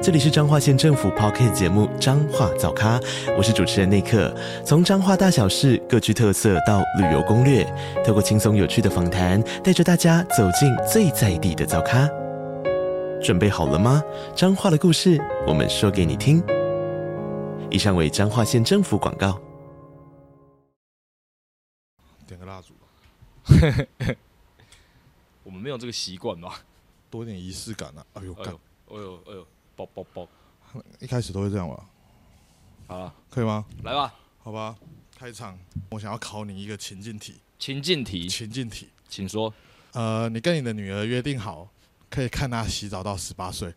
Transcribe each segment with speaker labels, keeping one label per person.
Speaker 1: 这里是彰化县政府 p o c k t 节目《彰化早咖》，我是主持人内克。从彰化大小事各具特色到旅游攻略，透过轻松有趣的访谈，带着大家走进最在地的早咖。准备好了吗？彰化的故事，我们说给你听。以上为彰化县政府广告。
Speaker 2: 点个蜡烛，
Speaker 3: 我们没有这个习惯吧？
Speaker 2: 多一点仪式感啊！哎呦，
Speaker 3: 哎
Speaker 2: 干
Speaker 3: 呦，哎呦，哎呦，爆爆爆！
Speaker 2: 一开始都会这样吧？
Speaker 3: 好了，
Speaker 2: 可以吗？
Speaker 3: 来吧，
Speaker 2: 好吧，开场，我想要考你一个情境题。
Speaker 3: 情境题，
Speaker 2: 情境题，
Speaker 3: 请说。
Speaker 2: 呃，你跟你的女儿约定好，可以看她洗澡到十八岁。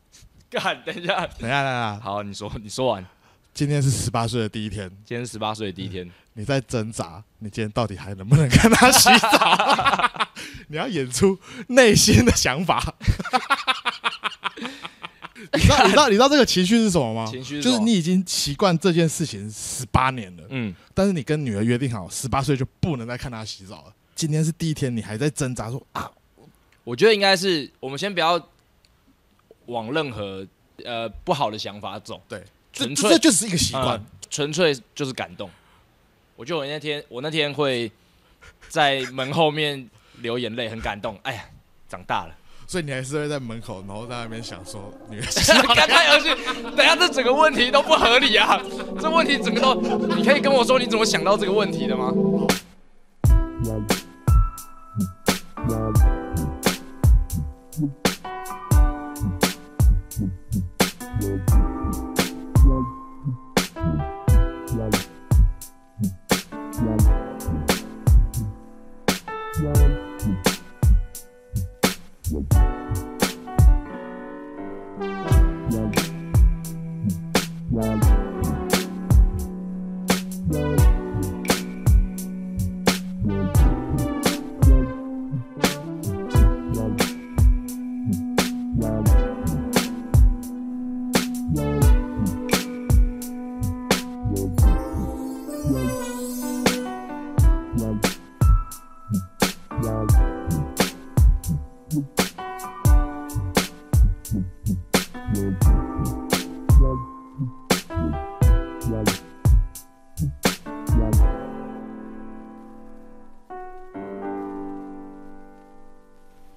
Speaker 3: 干，等一下，
Speaker 2: 等一下，来来，
Speaker 3: 好，你说，你说完。
Speaker 2: 今天是十八岁的第一天，
Speaker 3: 今天十八岁的第一天，
Speaker 2: 你在挣扎，你今天到底还能不能看她洗澡？ 你要演出内心的想法。你知道，你知道，你知道这个情绪是什么吗？
Speaker 3: 情绪是
Speaker 2: 就
Speaker 3: 什
Speaker 2: 是
Speaker 3: 么
Speaker 2: 你已经习惯这件事情十八年了。
Speaker 3: 嗯，
Speaker 2: 但是你跟女儿约定好，十八岁就不能再看她洗澡了。今天是第一天，你还在挣扎说啊，
Speaker 3: 我觉得应该是我们先不要往任何呃不好的想法走，
Speaker 2: 对，这
Speaker 3: 纯
Speaker 2: 这
Speaker 3: 粹
Speaker 2: 这就是一个习惯
Speaker 3: 嗯，纯粹就是感动。我觉得我那天，我那天会在门后面流眼泪，很感动。哎呀，长大了。
Speaker 2: 所以你还是会在门口，然后在那边想说女儿
Speaker 3: 干太恶心！等一下这整个问题都不合理啊！这问题整个都，你可以跟我说你怎么想到这个问题的吗？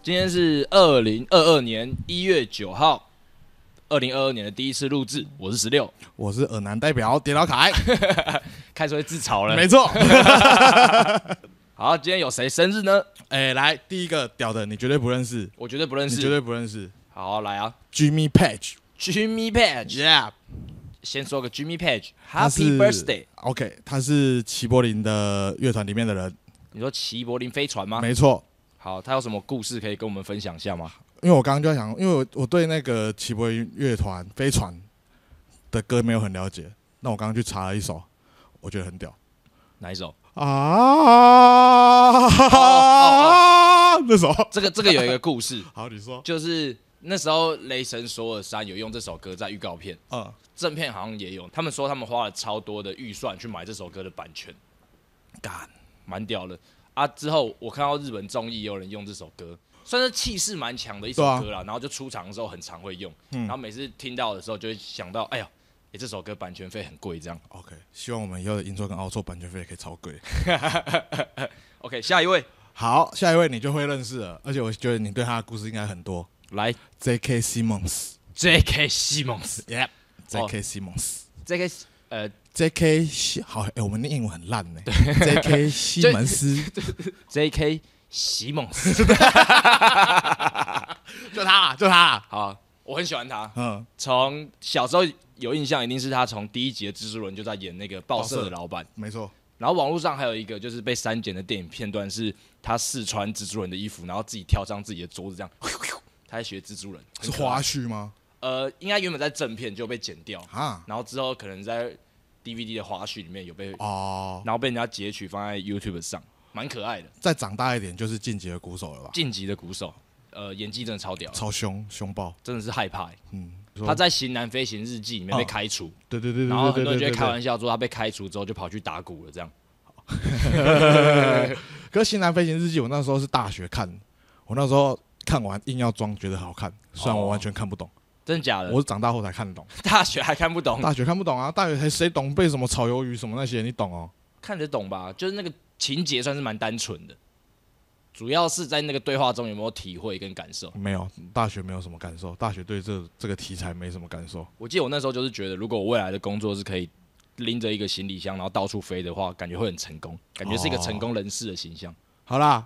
Speaker 3: 今天是二零二二年一月九号，二零二二年的第一次录制，我是十六，
Speaker 2: 我是尔南代表点老 凯，
Speaker 3: 开始会自嘲了。
Speaker 2: 没 错。
Speaker 3: 好，今天有谁生日呢？
Speaker 2: 哎、来第一个屌的，你绝对不认识，
Speaker 3: 我绝对不认
Speaker 2: 你
Speaker 3: 识。
Speaker 2: 绝对不认识
Speaker 3: 好，来啊
Speaker 2: Jimmy Page，Yeah，
Speaker 3: ，Jimmy Page，先说个 Jimmy Page，Happy Birthday。
Speaker 2: OK，他是齐柏林的乐团里面的人，
Speaker 3: 你说齐柏林飞船吗？
Speaker 2: 没错。
Speaker 3: 好，他有什么故事可以跟我们分享一下吗？
Speaker 2: 因为我刚刚就在想，因为我我对那个齐柏林乐团飞船的歌没有很了解，那我刚刚去查了一首，我觉得很屌
Speaker 3: 哪一首？
Speaker 2: 哦啊，那首
Speaker 3: 这个这个有一个故事，
Speaker 2: 好，你说，
Speaker 3: 就是那时候雷神索尔三有用这首歌在预告片，
Speaker 2: 嗯，
Speaker 3: 正片好像也有。他们说他们花了超多的预算去买这首歌的版权，
Speaker 2: 干，
Speaker 3: 蛮屌的啊！之后我看到日本综艺也有人用这首歌，算是气势蛮强的一首
Speaker 2: 对啊嗯
Speaker 3: 歌啦。然后就出场的时候很常会用，然后每次听到的时候就会想到，哎呀。诶这首歌版权费很贵，这样。
Speaker 2: OK，希望我们以后的音作跟澳洲版权费也可以超贵。
Speaker 3: OK，下一位，
Speaker 2: 好，下一位你就会认识了，而且我觉得你对他的故事应该很多。
Speaker 3: 来
Speaker 2: J.K. Simmons，Yep，J.K.
Speaker 3: J.K. 西蒙斯
Speaker 2: 哦 Simmons。
Speaker 3: ，J.K. 呃
Speaker 2: J.K. 西好，哎、我们的英文很烂呢、J.K. 西门斯，
Speaker 3: ，J.K. 西蒙斯，
Speaker 2: 就他，就他，
Speaker 3: 好，我很喜欢他，
Speaker 2: 嗯，
Speaker 3: 从小时候有印象，一定是他从第一集的蜘蛛人就在演那个报社的老板。
Speaker 2: 没错，
Speaker 3: 然后网络上还有一个就是被删减的电影片段，是他试穿蜘蛛人的衣服，然后自己跳上自己的桌子，这样，他在学蜘蛛人。
Speaker 2: 是
Speaker 3: 很可爱
Speaker 2: 花絮吗？
Speaker 3: 呃，应该原本在正片就被剪掉，
Speaker 2: 啊，
Speaker 3: 然后之后可能在 DVD 的花絮里面有被，
Speaker 2: 哦，
Speaker 3: 然后被人家截取放在 YouTube 上。蛮可爱的。
Speaker 2: 再长大一点就是晋级的鼓手了吧？
Speaker 3: 晋级的鼓手，呃，演技真的超屌，
Speaker 2: 超凶凶暴，
Speaker 3: 真的是害怕欸、
Speaker 2: 嗯，
Speaker 3: 他在《型男飞行日记》里面被
Speaker 2: 嗯
Speaker 3: 开除，
Speaker 2: 对对对对对对对对，
Speaker 3: 然后很多人就会
Speaker 2: 对
Speaker 3: 开玩笑说他被开除之后就跑去打鼓了，这样。
Speaker 2: 可是《新南飞行日记》，我那时候是大学看，我那时候看完硬要装觉得好
Speaker 3: 哦
Speaker 2: 看，虽然我完全看不懂，
Speaker 3: 真的假的？
Speaker 2: 我是长大后才看得懂。
Speaker 3: 大学还看不懂，
Speaker 2: 大学看不懂啊，大学还谁懂背什么炒鱿鱼什么那些，你懂哦？
Speaker 3: 看得懂吧？就是那个情节算是蛮单纯的，主要是在那个对话中有没有体会跟感受。
Speaker 2: 没有，大学没有什么感受，大学对这这个题材没什么感受。
Speaker 3: 我记得我那时候就是觉得，如果我未来的工作是可以拎着一个行李箱，然后到处飞的话，感觉会很成功，感觉是一个成功人士的形象。
Speaker 2: 好啦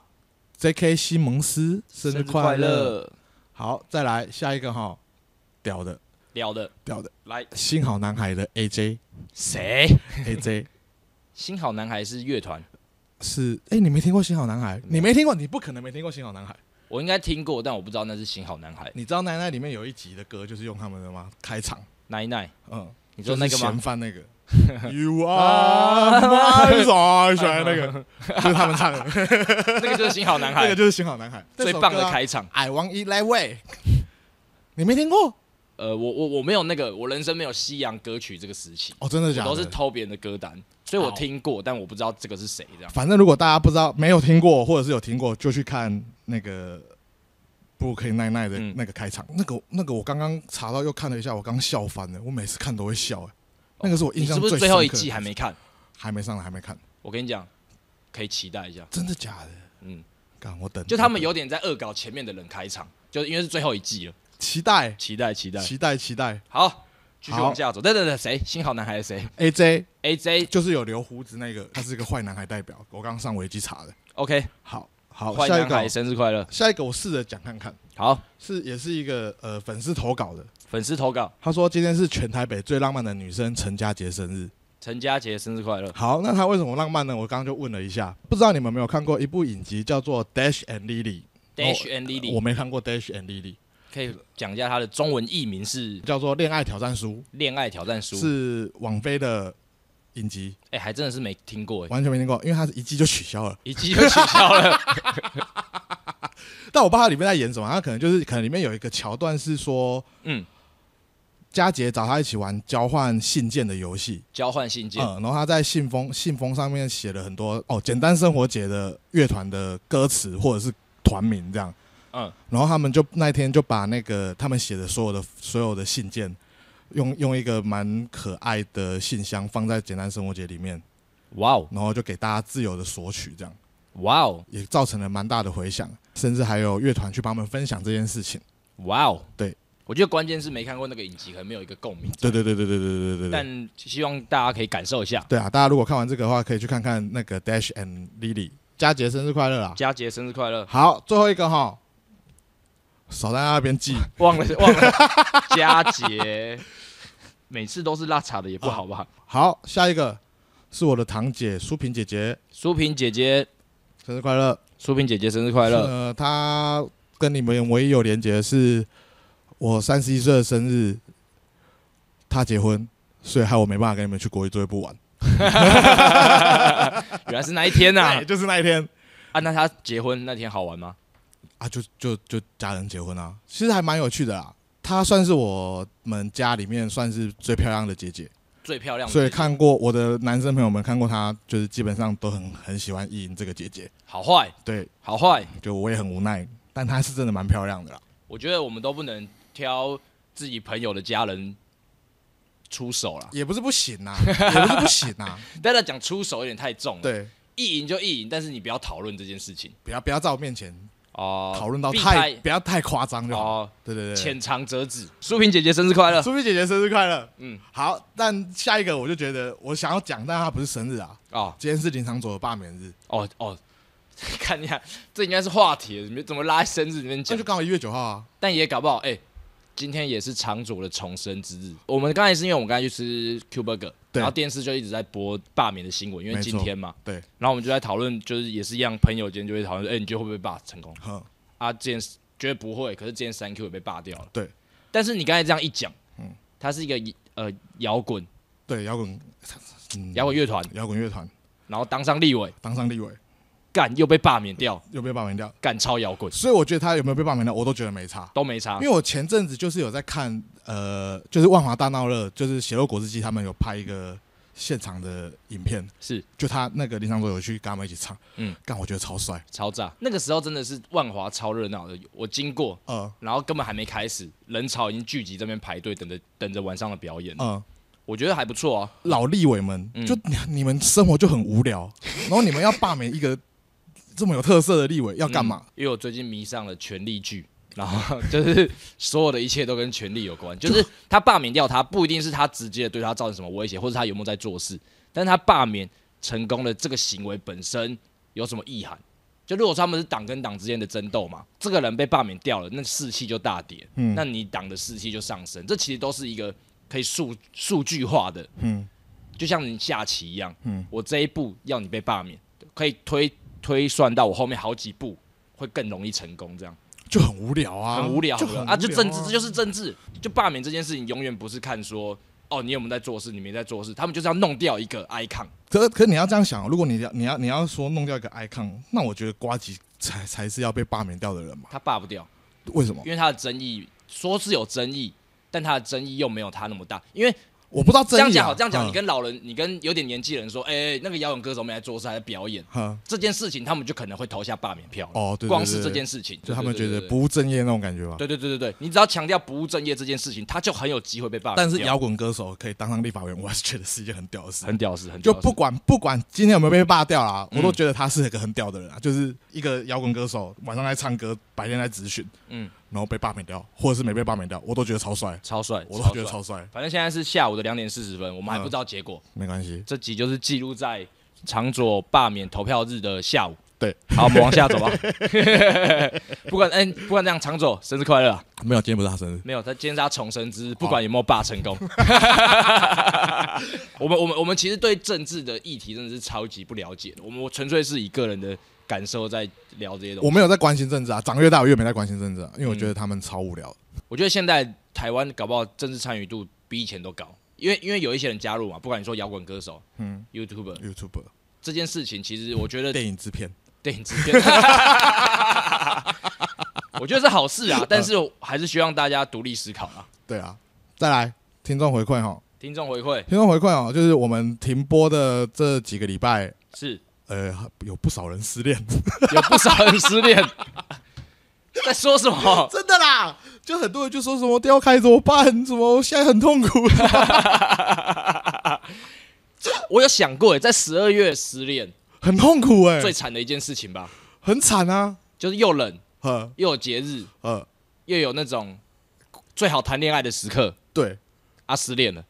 Speaker 2: ，J.K. 西蒙斯哦生日快乐！！好，再来下一个哈，屌的
Speaker 3: 聊的
Speaker 2: 屌的，
Speaker 3: 来
Speaker 2: 新好男孩的 A.J.
Speaker 3: 谁？
Speaker 2: A.J.
Speaker 3: 新好男孩是乐团，
Speaker 2: 是哎、你没听过新好男孩？你没听过，你不可能没听过新好男孩。
Speaker 3: 我应该听过，但我不知道那是新好男孩。
Speaker 2: 你知道奶奶里面有一集的歌就是用他们的吗？开场，
Speaker 3: 奶奶，
Speaker 2: 嗯，
Speaker 3: 你说那个
Speaker 2: 就是
Speaker 3: 吗
Speaker 2: 嫌？犯 那个，You are my sunshine 那 个，就是他们唱的，
Speaker 3: 那个就是新好 男
Speaker 2: 那
Speaker 3: 孩
Speaker 2: 个，就是新好男孩
Speaker 3: 最棒的。开场。
Speaker 2: 啊 I want it that way，你没听过？
Speaker 3: 呃，我我我没有那个，我人生没有西洋歌曲这个时期，
Speaker 2: 哦，真的
Speaker 3: 我
Speaker 2: 假的？
Speaker 3: 都是偷别人的歌单，所以我
Speaker 2: 好
Speaker 3: 听过，但我不知道这个是谁这样。
Speaker 2: 反正如果大家不知道、没有听过，或者是有听过，就去看那个布鲁克林奈奈的
Speaker 3: 嗯
Speaker 2: 那个开场。那个那个，我刚刚查到又看了一下，我刚笑翻了。我每次看都会笑、哎那个是我印
Speaker 3: 哦你
Speaker 2: 象
Speaker 3: 是不是
Speaker 2: 最
Speaker 3: 最后
Speaker 2: 深
Speaker 3: 一
Speaker 2: 刻的
Speaker 3: 季还没看？
Speaker 2: 还没上来，还没看，
Speaker 3: 我跟你讲，可以期待一下。
Speaker 2: 真的假的？
Speaker 3: 嗯，
Speaker 2: 干，我等。
Speaker 3: 就他们有点在恶搞前面的人开场，就是因为是最后一季了，
Speaker 2: 期待，
Speaker 3: 期待期待。
Speaker 2: 期待，期待。
Speaker 3: 好，继续
Speaker 2: 好
Speaker 3: 往下走。等等等，谁？新好男孩是谁
Speaker 2: A J
Speaker 3: ？AJ
Speaker 2: 就是有留胡子那个，他是个坏男孩代表。我刚上维基查的。
Speaker 3: OK，
Speaker 2: 好，好，
Speaker 3: 坏
Speaker 2: 下一
Speaker 3: 男
Speaker 2: 个
Speaker 3: 孩
Speaker 2: 哦，
Speaker 3: 生日快乐。
Speaker 2: 下一个我试着讲看看，
Speaker 3: 好，
Speaker 2: 是也是一个呃粉丝投稿的。
Speaker 3: 粉丝投稿，
Speaker 2: 他说今天是全台北最浪漫的女生陈佳杰生日。
Speaker 3: 陈佳杰生日快乐。
Speaker 2: 好，那她为什么浪漫呢？我刚刚就问了一下，不知道你们有没有看过一部影集叫做《Dash and Lily》哦
Speaker 3: Dash and
Speaker 2: 我
Speaker 3: Lily，
Speaker 2: 没看过《Dash and Lily》，
Speaker 3: 可以讲一下他的中文译名是《
Speaker 2: 叫做《恋爱挑战书
Speaker 3: 恋爱挑战书》，》。
Speaker 2: 是网飞的影集，
Speaker 3: 哎，还真的是没听过哎，
Speaker 2: 完全没听过，因为它是一季就取消了。
Speaker 3: 一季就取消了。
Speaker 2: 但我不知道它里面在演什么，它可能就是可能里面有一个桥段是说
Speaker 3: 嗯，
Speaker 2: 佳杰找他一起玩交换信件的游戏，
Speaker 3: 交换信件。
Speaker 2: 嗯，然后他在信封信封上面写了很多哦，简单生活节的乐团的歌词或者是团名这样，
Speaker 3: 嗯，
Speaker 2: 然后他们就那天就把那个他们写的所有的所有的信件，用用一个蛮可爱的信箱放在简单生活节里面，
Speaker 3: 哇哦，
Speaker 2: 然后就给大家自由的索取，这样
Speaker 3: 哇哦，
Speaker 2: 也造成了蛮大的回响，甚至还有乐团去帮他们分享这件事情。
Speaker 3: 哇哦。
Speaker 2: 对，
Speaker 3: 我觉得关键是没看过那个影集，可能没有一个共鸣。
Speaker 2: 对对对对对对对对对。
Speaker 3: 但希望大家可以感受一下。
Speaker 2: 对啊，大家如果看完这个的话，可以去看看那个 Dash and Lily，佳杰生日快乐啦！
Speaker 3: 佳杰生日快乐！
Speaker 2: 好，最后一个哈，少在那边 记，
Speaker 3: 忘了忘了，佳杰，每次都是拉碴的也不好吧？
Speaker 2: 好，下一个是我的堂姐苏萍姐姐，
Speaker 3: 苏萍姐姐，
Speaker 2: 生日快乐！
Speaker 3: 苏萍姐姐生日快 乐！
Speaker 2: 呃，她跟你们唯一有连结的是我三十一岁的生日，她结婚，所以害我没办法跟你们去国际作业部玩。
Speaker 3: 原来是那一天呐、
Speaker 2: 对，哎就是那一天
Speaker 3: 啊！那她结婚那天好玩吗？
Speaker 2: 啊，就就就家人结婚啊，其实还蛮有趣的啦。她算是我们家里面算是最漂亮的姐姐，
Speaker 3: 最漂亮的姐
Speaker 2: 所
Speaker 3: 姐，
Speaker 2: 以看过我的男生朋友们看过她，就是基本上都很很喜欢意淫这个姐姐。
Speaker 3: 好坏
Speaker 2: 对，
Speaker 3: 好坏，
Speaker 2: 就我也很无奈，但她是真的蛮漂亮的啦。
Speaker 3: 我觉得我们都不能挑自己朋友的家人出手啦。
Speaker 2: 也不是不行呐、也不是不行呐、
Speaker 3: 但他讲出手有点太重了，，
Speaker 2: 对，
Speaker 3: 意淫就意淫，但是你不要讨论这件事情
Speaker 2: 不要不要在我面前
Speaker 3: 哦，
Speaker 2: 讨论到
Speaker 3: 避
Speaker 2: 太
Speaker 3: 开
Speaker 2: 不要太夸张就好。
Speaker 3: 哦，
Speaker 2: 对对对，
Speaker 3: 浅尝辄止。苏萍姐姐生日 快乐！
Speaker 2: 苏菲姐姐生日快乐。
Speaker 3: 嗯，
Speaker 2: 好，但下一个我就觉得我想要讲，但她不是生日啊，
Speaker 3: 哦
Speaker 2: 今天是林长佐的罢免日，
Speaker 3: 哦哦， 看一下，这应该是话题了，你们怎么拉在生日里面
Speaker 2: 那
Speaker 3: 讲
Speaker 2: 就？刚好一月九号啊。
Speaker 3: 但也搞不好，哎、今天也是长佐的重生之日。我们刚才是因为我们刚才去吃 Q Burger，
Speaker 2: 对
Speaker 3: 然后电视就一直在播罢免的新闻，因为
Speaker 2: 没错
Speaker 3: 今天嘛，
Speaker 2: 对，
Speaker 3: 然后我们就在讨论，就是也是一样，朋友间就会讨论，哎、你觉得会不会罢成功？
Speaker 2: 哼，
Speaker 3: 啊，这件事觉得不会，可是这件三 Q 也被罢掉了。
Speaker 2: 对，
Speaker 3: 但是你刚才这样一讲，
Speaker 2: 嗯
Speaker 3: 嗯，它是一个呃摇滚
Speaker 2: 对，摇滚，嗯
Speaker 3: 摇滚乐团，
Speaker 2: 摇滚乐团
Speaker 3: 然后当上立委，
Speaker 2: 当上立委，
Speaker 3: 干又被罢免掉，
Speaker 2: 有被罢免掉。
Speaker 3: 干超摇滚
Speaker 2: 所以我觉得他有没有被罢免掉，我都觉得没差。
Speaker 3: 都没差
Speaker 2: 因为。我前阵子就是有在看，呃，就是万华大闹热，就是血肉果汁机他们有拍一个现场的影片，
Speaker 3: 是
Speaker 2: 就他那个林长佐有去跟他们一起唱，
Speaker 3: 嗯
Speaker 2: 嗯，干我觉得超帅，
Speaker 3: 超炸，那个时候真的是万华超热闹的，我经过，
Speaker 2: 呃
Speaker 3: 然后根本还没开始，人潮已经聚集这边排队，等着等着晚上的表演。
Speaker 2: 呃，
Speaker 3: 我觉得还不错啊，
Speaker 2: 老立委们，
Speaker 3: 嗯
Speaker 2: 就你你们生活就很无 聊，然后你们要罢免一个这么有特色的立委要干嘛？
Speaker 3: 嗯因为我最近迷上了权力剧，然后 就是所有的一切都跟权力有关，就是他罢免掉他，不一定是他直接的对他造成什么威胁，或者他有没有在做事，但是他罢免成功的这个行为本身有什么意涵？就如果说他们是党跟党之间的争斗嘛，这个人被罢免掉了，那士气就大跌，
Speaker 2: 嗯
Speaker 3: 那你党的士气就上升，这其实都是一个可以数数据化的，
Speaker 2: 嗯
Speaker 3: 就像你下棋一样，
Speaker 2: 嗯
Speaker 3: 我这一步要你被罢免，可以推推算到我后面好几步会更容易成功，这样
Speaker 2: 就很无聊啊，
Speaker 3: 很无聊
Speaker 2: 就
Speaker 3: 很无
Speaker 2: 很
Speaker 3: 聊
Speaker 2: 无
Speaker 3: 啊！就政治，这就是是政治，就罢免这件事情永远不是看说哦你有没有在做事，你没在做事，他们就是要弄掉一个 icon，
Speaker 2: 可可你要这样想，如果你要你要你要说弄掉一个 icon，那我觉得瓜吉才才是要被罢免掉的人嘛？
Speaker 3: 他罢不掉，
Speaker 2: 为什么？
Speaker 3: 因为他的争议说是有争议，但他的争议又没有他那么大，因为
Speaker 2: 我不知道
Speaker 3: 这
Speaker 2: 真、啊、
Speaker 3: 样讲好，这样讲，
Speaker 2: 嗯
Speaker 3: 你跟老人，你跟有点年纪的人说，哎、那个摇滚歌手没来做事，还在表演。
Speaker 2: 哈
Speaker 3: 这件事情，他们就可能会投下罢免票了。
Speaker 2: 哦对对
Speaker 3: 光是
Speaker 2: 对
Speaker 3: 这件事情，
Speaker 2: 就
Speaker 3: 对
Speaker 2: 他们
Speaker 3: 对对
Speaker 2: 觉
Speaker 3: 对
Speaker 2: 得
Speaker 3: 对
Speaker 2: 不务正业那种感觉吧。
Speaker 3: 对对对对对，你只要强调不务正业这件事情，他就很有机会被罢免
Speaker 2: 但
Speaker 3: 掉。
Speaker 2: 是摇滚歌手可以当上立法委员，我还是觉得是一件很屌的事。
Speaker 3: 很屌丝，很
Speaker 2: 就
Speaker 3: 屌丝
Speaker 2: 不管不管今天有没有被罢掉啦，
Speaker 3: 嗯
Speaker 2: 我都觉得他是一个很屌的人啊，就是一个摇滚歌手，晚上在唱歌，白天在咨询，
Speaker 3: 嗯
Speaker 2: 然后被罢免掉，或者是没被罢免掉，我都觉得超帅，
Speaker 3: 超帅，
Speaker 2: 我都觉得
Speaker 3: 帅
Speaker 2: 超。帅，嗯
Speaker 3: 反正现在是下午的两点四十分，我们还不知道结果。
Speaker 2: 没关系。
Speaker 3: 这集就是记录在长左罢免投票日的下午。
Speaker 2: 对，
Speaker 3: 好，我们往下走吧。 不管哎、不管这样，长左生日快乐、啊！
Speaker 2: 没有，今天不是他生日，
Speaker 3: 没有，他今天是他重生之日，不管有没有罢成功。 我们我们我们其实对政治的议题真的是超级不了解的，我们我纯粹是以个人的感受在聊这些东西。
Speaker 2: 我没有在关心政治啊，长越大我越没在关心政治啊，因为我觉得他们超无聊。
Speaker 3: 我觉得现在台湾搞不好政治参与度比以前都高，因为因为有一些人加入嘛，不管你说摇滚歌手、
Speaker 2: 嗯
Speaker 3: YouTuber
Speaker 2: ，YouTube
Speaker 3: 这件事情，其实我觉得
Speaker 2: 电影制片，
Speaker 3: 电影制片， 我觉得是好事啊，但是我还是希望大家独立思考啊。
Speaker 2: 对啊，再来听众回馈哈，
Speaker 3: 听众回馈
Speaker 2: 听众回馈哦，就是我们停播的这几个礼拜，
Speaker 3: 是
Speaker 2: 呃，有不少人失恋，
Speaker 3: 有不少人失恋， 在说什么？
Speaker 2: 真的啦，就很多人就说什么掉开怎么办？怎么现在很痛苦？
Speaker 3: 我有想过耶，在十二月失恋
Speaker 2: 很痛苦哎、
Speaker 3: 最惨的一件事情吧，
Speaker 2: 很惨啊，
Speaker 3: 就是又冷
Speaker 2: 呃
Speaker 3: 又有节日，
Speaker 2: 呃，
Speaker 3: 又有那种最好谈恋爱的时刻
Speaker 2: 对，
Speaker 3: 啊，失恋了，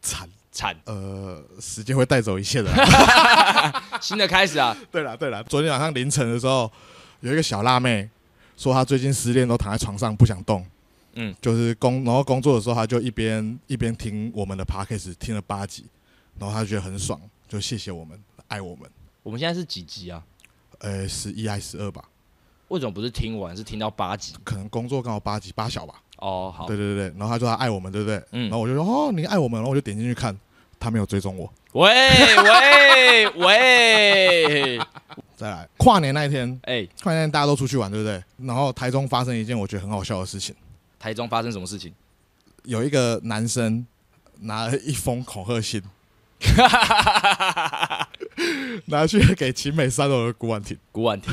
Speaker 2: 惨，
Speaker 3: 惨。
Speaker 2: 呃，时间会带走一切的啦。
Speaker 3: 新的开始啊，
Speaker 2: 对了对了，昨天晚上凌晨的时候，有一个小辣妹说她最近失恋，都躺在床上不想动。
Speaker 3: 嗯
Speaker 2: 嗯，就是工，然后工作的时候，她就一边一边听我们的 podcast，听了八集，然后她觉得很爽，就谢谢我们，爱我们。
Speaker 3: 我们现在是几集啊？
Speaker 2: 呃，十一还十二吧，
Speaker 3: 为什么不是听完，是听到八集？
Speaker 2: 可能工作刚好八集八小吧。
Speaker 3: 哦，好
Speaker 2: 对，对对对，然后他说他爱我们，对不对？
Speaker 3: 嗯
Speaker 2: 然后我就说哦，你爱我们，然后我就点进去看，他没有追踪我。
Speaker 3: 喂喂喂，
Speaker 2: 再来，跨年那一天，
Speaker 3: 哎，
Speaker 2: 跨年那天大家都出去玩，对不对？然后台中发生一件我觉得很好笑的事情，
Speaker 3: 台中发生什么事 情？
Speaker 2: 有一个男生拿了一封恐吓信， 拿去给秦美三楼的古婉婷，
Speaker 3: 古婉婷，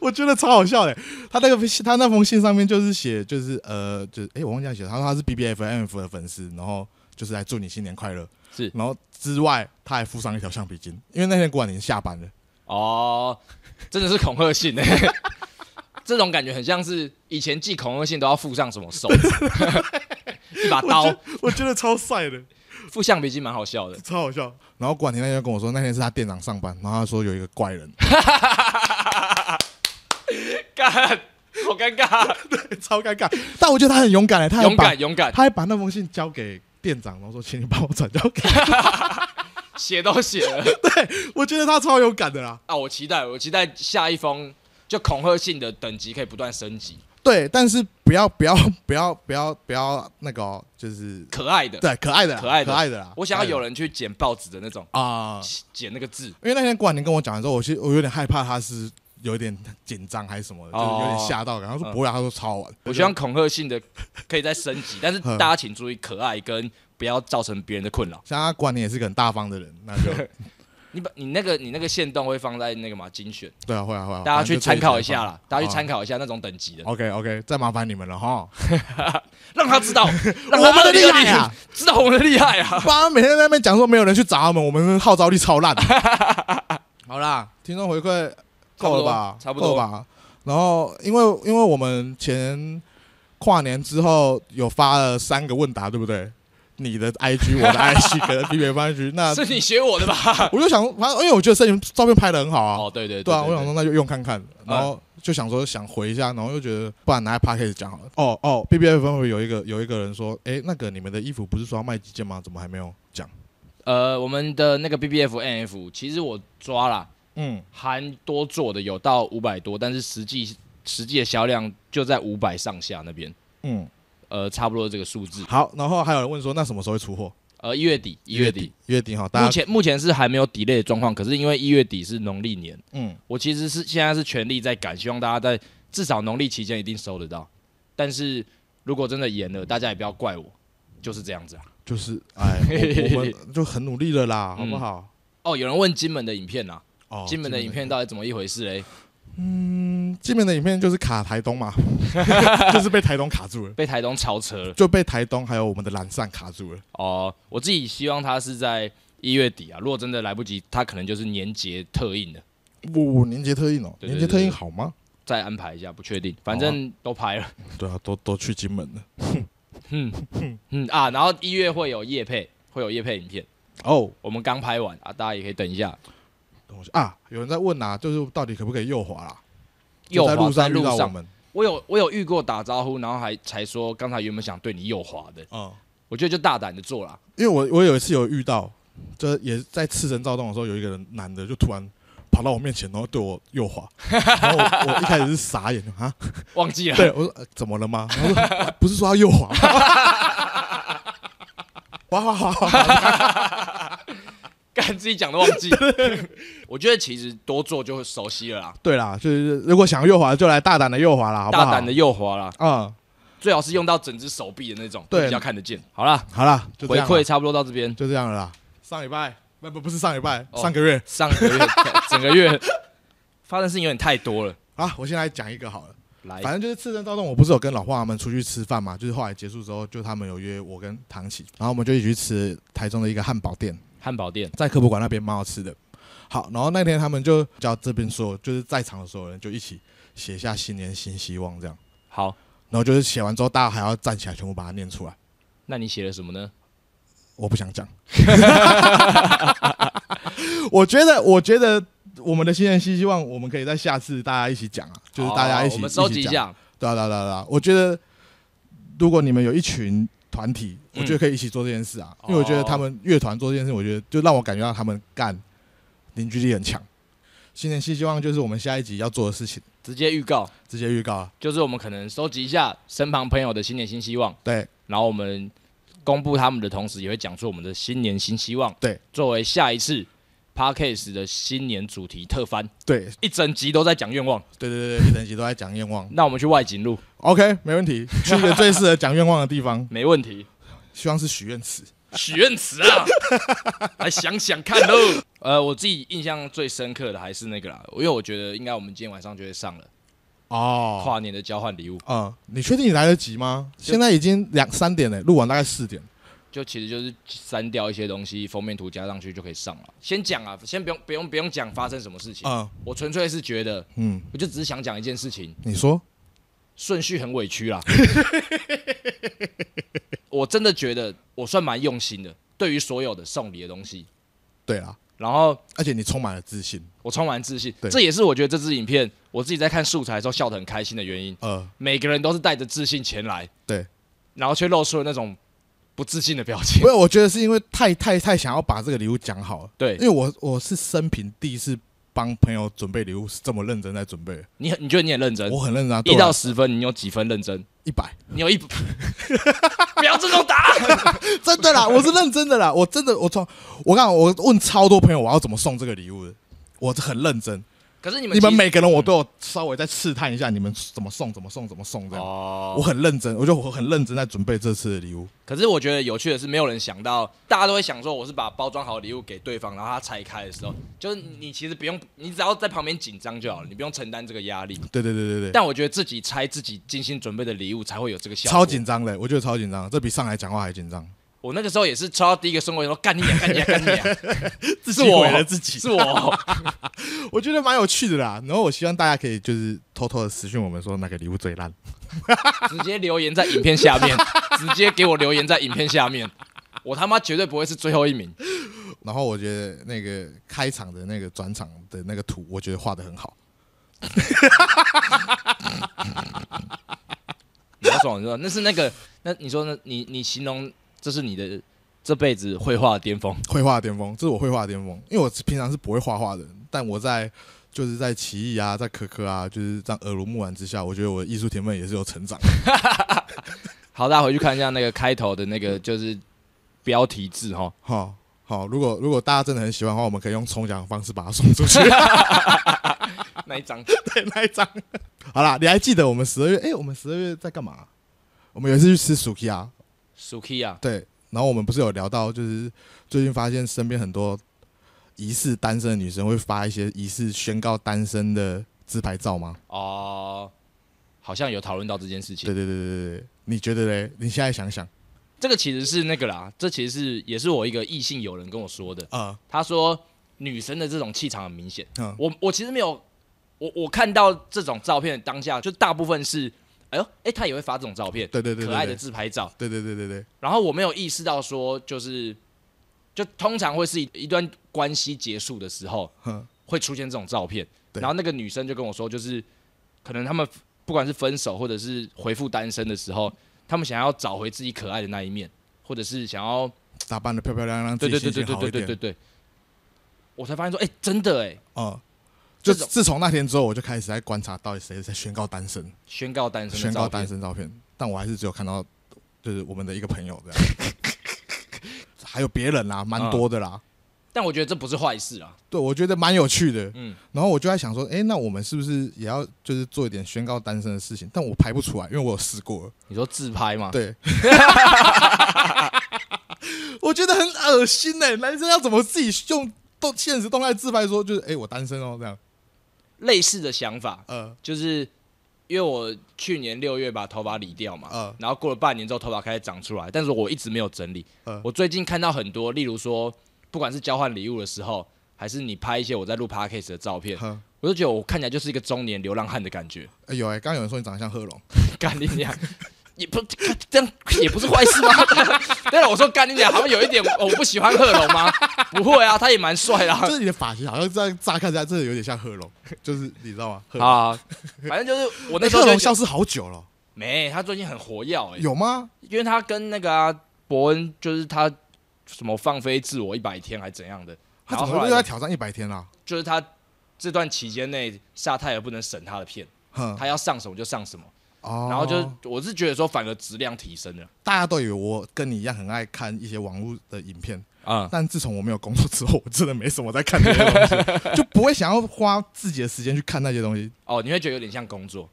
Speaker 2: 我觉得超好笑的。他那个信他那封信上面就是写，就是呃，就是哎，我忘记他写了，他说他是 B B F M F 的粉丝，然后就是来祝你新年快乐。
Speaker 3: 是
Speaker 2: 然后之外，他还附上一条橡皮筋，因为那天古婉婷下班了。
Speaker 3: 哦，真的是恐吓 信哎。这种感觉很像是以前寄恐吓信都要附上什么 手指，一把刀，
Speaker 2: 我觉得超帅的，
Speaker 3: 附橡皮筋蛮好笑 的。
Speaker 2: 超好笑。然后管田那天就跟我说，那天是他店长上班，然后他说有一个怪人，
Speaker 3: 干，好尴尬，
Speaker 2: 超尴尬。但我觉得他很勇敢嘞，欸他还
Speaker 3: 勇
Speaker 2: 把
Speaker 3: 敢勇敢，
Speaker 2: 他还把那封信交给店长，然后说请你帮我转交给。
Speaker 3: 写都写了。
Speaker 2: 我觉得他超勇敢的啦。
Speaker 3: 啊，我期待，我期待下一封就恐吓性的等级可以不断升级。
Speaker 2: 对，但是不要不要不要不要不要那个、哦，就是
Speaker 3: 可爱的。
Speaker 2: 对可爱的啦
Speaker 3: 可爱
Speaker 2: 可
Speaker 3: 的
Speaker 2: 爱的啦，
Speaker 3: 我想要有
Speaker 2: 人
Speaker 3: 人去剪报纸的那种，
Speaker 2: 啊、
Speaker 3: 剪那个字。
Speaker 2: 因为那天过完年跟我讲的时候，我其实我有点害怕，他是有点紧张还是什么的，就是有点吓到感。然后说不会啊，他说超好玩。
Speaker 3: 我希望恐吓性的可以再升级，但是大家请注意可爱跟不要造成别人的困扰。
Speaker 2: 像他过完年也是个很大方的人，那就
Speaker 3: 你把你那个你那个线动会放在那个嘛精选，
Speaker 2: 对啊，会啊会啊，
Speaker 3: 大家去参考一下
Speaker 2: 了。
Speaker 3: 啦，大家去
Speaker 2: 哦
Speaker 3: 参考一下那种等级的，
Speaker 2: OK OK，再麻烦你们了 哈。
Speaker 3: 让他知道，让
Speaker 2: 我们
Speaker 3: 他
Speaker 2: 的厉害
Speaker 3: 2020
Speaker 2: 啊
Speaker 3: 知道我们的厉害啊！
Speaker 2: 不然每天在那边讲说没有人去找他们，我们号召力超 烂。好啦，听众回馈够了吧？
Speaker 3: 差不多
Speaker 2: 够吧。然后因为因为我们前跨年之后有发了三个问答，对不对？你的 IG，我的 IG 跟 B B 方 IG，那
Speaker 3: 是啊你学我的吧？
Speaker 2: 我就想，反正因为我觉得摄影照片拍的很好啊，
Speaker 3: 哦，对对啊
Speaker 2: 对啊，我想说那就用看看，然后就想说想回一下，然后又觉得不然拿来 p a 始讲好了。哦哦，B B F 方面有一个有一个人说，哎，那个你们的衣服不是说要卖几件吗？怎么还没有讲？
Speaker 3: 呃，我们的那个 B B F N F，其实我抓啦，
Speaker 2: 嗯，
Speaker 3: 含多做的有到五百多，但是实际实际的销量就在五百上下那边，
Speaker 2: 嗯，
Speaker 3: 呃，差不多这个数字。
Speaker 2: 好，然后还有人问说，那什么时候会出货？
Speaker 3: 呃，一月底，一月底，，
Speaker 2: 月底哈，
Speaker 3: 目
Speaker 2: 大家
Speaker 3: 前目前是还没有 delay 的状况，可是因为一月底是农历年，
Speaker 2: 嗯，
Speaker 3: 我其实是现在是全力在赶，希望大家在至少农历期间一定收得到。但是如果真的延了，大家也不要怪我，就是这样子啊。
Speaker 2: 就是哎，我我们就很努力了啦，好不 好？
Speaker 3: 哦，有人问金门的影片啊，
Speaker 2: 哦，
Speaker 3: 金门的影片到底怎么一回事嘞？
Speaker 2: 嗯，金门的影片就是卡台东 嘛，就是被台东卡住了，
Speaker 3: 被台东超车了。
Speaker 2: 就被台东还有我们的懒散卡住了。
Speaker 3: 哦，我自己希望它是在一月底啊，如果真的来不及，它可能就是年节特映的，
Speaker 2: 我年节特映哦，
Speaker 3: 对对
Speaker 2: 年节特映好吗？
Speaker 3: 再安排一下，不确定，反
Speaker 2: 哦
Speaker 3: 正都拍了。
Speaker 2: 对啊，都都去金门了。
Speaker 3: 嗯啊，然后一月会有夜配，会有夜配影片，
Speaker 2: 哦，
Speaker 3: 我们刚拍完啊，大家也可以等一下。
Speaker 2: 东西啊，有人在问啊，就是到底可不可以右滑啦？
Speaker 3: 右
Speaker 2: 就
Speaker 3: 滑
Speaker 2: 在路上
Speaker 3: 在
Speaker 2: 遇
Speaker 3: 路
Speaker 2: 到我
Speaker 3: 上
Speaker 2: 们，
Speaker 3: 我有我有遇过打招呼，然后还才说刚才原本想对你右滑的，
Speaker 2: 嗯，
Speaker 3: 我觉得就大胆的做啦。
Speaker 2: 因为我我有一次有遇到，就是也在次人躁动的时候，有一个人男的就突然跑到我面前，然后对我右 滑，然后我我一开始是傻眼啊，
Speaker 3: 忘记了，
Speaker 2: 对我说、呃怎么了吗？然后说、呃不是说要右滑吗？ 滑滑滑滑滑，
Speaker 3: 干自己讲都忘记。 我觉得其实多做就会熟悉了啦，
Speaker 2: 对啦，就是如果想右滑就来大胆的右滑啦，好不好？
Speaker 3: 大胆的右滑啦，
Speaker 2: 啊、
Speaker 3: 最好是用到整只手臂的那种，
Speaker 2: 对
Speaker 3: 比较看得见。好啦，
Speaker 2: 嗯，好啦，就这
Speaker 3: 回
Speaker 2: 样啦
Speaker 3: 馈差不多到这边。
Speaker 2: 就这样了啦。上礼拜不不不是上礼拜，
Speaker 3: 哦
Speaker 2: 上个月
Speaker 3: 上个 月整个月发生事情有点太多了，
Speaker 2: 啊，我先来讲一个好了。
Speaker 3: 来
Speaker 2: 反正就是次生躁动，我不是有跟老华他们出去吃饭嘛，就是后来结束之后，就他们有约我跟唐琪，然后我们就一起去吃台中的一个汉堡店，
Speaker 3: 汉堡店
Speaker 2: 在科博馆那边蛮好吃的。好，然后那天他们就叫这边说，就是在场的所有人就一起写下新年新希望这样，
Speaker 3: 好，
Speaker 2: 然后就是写完之后，大家还要站起来全部把它念出来。
Speaker 3: 那你写了什么呢？
Speaker 2: 我不想讲， 我觉得，我觉得我们的新年新希望，我们可以在下次大家一起讲啊，就是大家一
Speaker 3: 好
Speaker 2: 起
Speaker 3: 哦我们收集
Speaker 2: 起
Speaker 3: 一
Speaker 2: 讲
Speaker 3: 下，
Speaker 2: 对啊，对啊，对啊，对啊我觉得如果你们有一群团体，我
Speaker 3: 嗯
Speaker 2: 觉得可以一起做这件事啊，
Speaker 3: 哦
Speaker 2: 因为我觉得他们乐团做这件事，我觉得就让我感觉到他们干凝聚力很强。新年新希望就是我们下一集要做的事情，
Speaker 3: 直接预告，
Speaker 2: 直接预告啊。
Speaker 3: 就是我们可能收集一下身旁朋友的新年新希望，
Speaker 2: 对，
Speaker 3: 然后我们公布他们的同时，也会讲出我们的新年新希望，
Speaker 2: 对，
Speaker 3: 作为下一次 podcast 的新年主题特番，
Speaker 2: 对，对
Speaker 3: 一整集都在讲愿望。
Speaker 2: 对对对，一整集都在讲愿望。
Speaker 3: 那我们去外景路，
Speaker 2: OK，没问题，去一个最适合讲愿望的地方，
Speaker 3: 没问题。
Speaker 2: 希望是许愿池。
Speaker 3: 许愿池啊，来想想看喽。呃，我自己印象最深刻的还是那个啦，因为我觉得应该我们今天晚上就会上了
Speaker 2: 哦，
Speaker 3: 跨年的交换礼物，
Speaker 2: 嗯，你确定你来得及吗？
Speaker 3: 就
Speaker 2: 现在已经两三点了，录完大概四点。
Speaker 3: 就其实就是删掉一些东西，封面图加上去就可以上了。先讲啊，先不用不用不用讲发生什么事情，
Speaker 2: 嗯
Speaker 3: 我纯粹是觉得，
Speaker 2: 嗯，
Speaker 3: 我就只是想讲一件事情，
Speaker 2: 你说
Speaker 3: 顺序很委屈啦。我真的觉得我算蛮用心的，对于所有的送礼的东西，
Speaker 2: 对啦，
Speaker 3: 然后
Speaker 2: 而且你充满了自信。
Speaker 3: 我充满自信
Speaker 2: 对，
Speaker 3: 这也是我觉得这支影片我自己在看素材的时候笑得很开心的原因。
Speaker 2: 呃，
Speaker 3: 每个人都是带着自信前来，
Speaker 2: 对，
Speaker 3: 然后却露出了那种不自信的表情
Speaker 2: 不。是，我觉得是因为太太太想要把这个礼物讲好了，
Speaker 3: 对
Speaker 2: 因为我我是生平第一次帮朋友准备礼物是这么认真在准备的，
Speaker 3: 你很你觉得你很认真，
Speaker 2: 我很认真啊，对
Speaker 3: 呃一
Speaker 2: 我来
Speaker 3: 到十分，你有几分认真？
Speaker 2: 一百，
Speaker 3: 你 有一，不要这种答案。
Speaker 2: 真的啦，我 是认真的啦，我真的我从我刚我问超多朋友我要怎么送这个礼物的，我很认真，
Speaker 3: 可是你们
Speaker 2: 你们
Speaker 3: 其实
Speaker 2: 每个人我都有稍微再试探一下你们怎么送怎么送怎么送这样，我
Speaker 3: 哦，
Speaker 2: 很认真，我就我很认真在准备这次的礼物，
Speaker 3: 可是我觉得有趣的是，没有人想到，大家都会想说我是把包装好的礼物给对方，然后他拆开的时候，就是你其实不用，你只要在旁边紧张就好了，你不用承担这个压力。
Speaker 2: 对对对对对，
Speaker 3: 但我觉得自己拆自己精心准备的礼物才会有这个效果。
Speaker 2: 超！紧张的，我觉得超紧张，这比上海讲话还紧张，
Speaker 3: 我那个时候也是抽到第一个送过来，说干你啊娘，干你娘，干你娘，
Speaker 2: 自
Speaker 3: 是我
Speaker 2: 毁了自己，
Speaker 3: 是我。
Speaker 2: 我觉得蛮有趣的啦。然后我希望大家可以就是偷偷的私讯我们说哪个礼物最烂，
Speaker 3: 直接留言在影片下面，直接给我留言在影片下面，我他妈绝对不会是最后一名。
Speaker 2: 然后我觉得那个开场的那个转场的那个图，我觉得画的很好。
Speaker 3: 你要说，你说那是那个，那你说呢？你你形容这是你的这辈子绘画的巅峰，
Speaker 2: 绘画巅峰，这是我绘画巅峰，因为我平常是不会画画的，但我在就是在奇艺啊，在可可啊，就是这样耳濡目染之下，我觉得我的艺术天分也是有成长的。
Speaker 3: 好，大家回去看一下那个开头的那个就是标题字哈。
Speaker 2: 好好，如果如果大家真的很喜欢的话，我们可以用抽奖的方式把它送出去。
Speaker 3: 那一 张
Speaker 2: 对，那一张。好啦，你还记得我们十二月？哎、我们十二月在干嘛？我们有一次去吃 Suki 啊，
Speaker 3: Suki 啊，
Speaker 2: 对，然后我们不是有聊到，就是最近发现身边很多疑似单身的女生会发一些疑似宣告单身的自拍照吗？
Speaker 3: 哦、好像有讨论到这件事情
Speaker 2: 对。对对对对对，你觉得嘞？你现在想想，
Speaker 3: 这个其实是那个啦，这其实是也是我一个异性友人跟我说的。
Speaker 2: 啊、
Speaker 3: 他说女生的这种气场很明显。
Speaker 2: 嗯
Speaker 3: 我我其实没有，我我看到这种照片的当下，就大部分是，哎呦，哎、他也会发这种照片，
Speaker 2: 对对对对
Speaker 3: 可爱的
Speaker 2: 对
Speaker 3: 自拍照。
Speaker 2: 对对对对对，
Speaker 3: 然后我没有意识到说，就是就通常会是一一段关系结束的时候
Speaker 2: 哼，
Speaker 3: 会出现这种照片。
Speaker 2: 对
Speaker 3: 然后那个女生就跟我说，就是可能他们不管是分手或者是回复单身的时候，他们想要找回自己可爱的那一面，或者是想要
Speaker 2: 打扮的漂漂亮亮，
Speaker 3: 对
Speaker 2: 自
Speaker 3: 对
Speaker 2: 己
Speaker 3: 对
Speaker 2: 心
Speaker 3: 对
Speaker 2: 情
Speaker 3: 对
Speaker 2: 好
Speaker 3: 对
Speaker 2: 一
Speaker 3: 对对
Speaker 2: 点，
Speaker 3: 对，我才发现说，哎、真的哎、
Speaker 2: 啊。
Speaker 3: 这
Speaker 2: 就
Speaker 3: 种
Speaker 2: 自从那天之后，我就开始在观察到底谁在宣告单 身，
Speaker 3: 宣告单身的
Speaker 2: 宣告
Speaker 3: 照片
Speaker 2: 单身照片，但我还是只有看到就是我们的一个朋友这样， 还有别人啦、啊
Speaker 3: 啊
Speaker 2: 蛮多的啦。
Speaker 3: 但我觉得这不是坏事啊。
Speaker 2: 对，我觉得蛮有趣的。
Speaker 3: 嗯
Speaker 2: 嗯，然后我就在想说，哎、那我们是不是也要就是做一点宣告单身的事情？但我排不出来，因为我有试过了。
Speaker 3: 你说自拍吗？
Speaker 2: 对， 我觉得很恶心哎、男生要怎么自己用动现实动态自拍说，就是哎、诶我单身哦这样。
Speaker 3: 类似的想法，
Speaker 2: 呃，
Speaker 3: 就是因为我去年六月把头发理掉嘛，
Speaker 2: 嗯
Speaker 3: 然后过了半年之后头发开始长出来，但是我一直没有整理。
Speaker 2: 嗯
Speaker 3: 我最近看到很多，例如说，不管是交换礼物的时候，还是你拍一些我在录 podcast 的照片，
Speaker 2: 呵
Speaker 3: 我就觉得我看起来就是一个中年流浪汉的感觉。
Speaker 2: 哎有哎、刚刚有人说你长得像贺龙，
Speaker 3: 干你娘！也不这样也不是坏事吗？ 但是我说干你娘，好像有一点我不喜欢贺龙吗？ 不会啊，他也蛮帅的、啊。
Speaker 2: 就是你的发型好像这样乍看起来真的有点像贺 龙，就是你知道吗？贺龙，
Speaker 3: 啊，反正就是我那
Speaker 2: 哎
Speaker 3: 时候
Speaker 2: 贺龙
Speaker 3: 就觉得
Speaker 2: 消失好久了，
Speaker 3: 没，他最近很活跃、欸，
Speaker 2: 有吗？
Speaker 3: 因为他跟那个啊伯恩，就是他什么放飞自我一百天还怎样的，
Speaker 2: 他
Speaker 3: 然
Speaker 2: 怎
Speaker 3: 后
Speaker 2: 么
Speaker 3: 后
Speaker 2: 又在
Speaker 3: 来
Speaker 2: 挑战一百天啊啦、
Speaker 3: 就是他这段期间内萨泰尔不能审他的片，
Speaker 2: 哼，
Speaker 3: 他要上什么就上什么，
Speaker 2: 哦
Speaker 3: 然后就是我是觉得说反而质量提升了
Speaker 2: 大家都以为我跟你一样很爱看一些网络的影片，
Speaker 3: 啊，
Speaker 2: 但自从我没有工作之后，我真的没什么在看这些东 西，就不会想要花自己的时间去看那些东西，
Speaker 3: 哦，你会觉得有点像工作，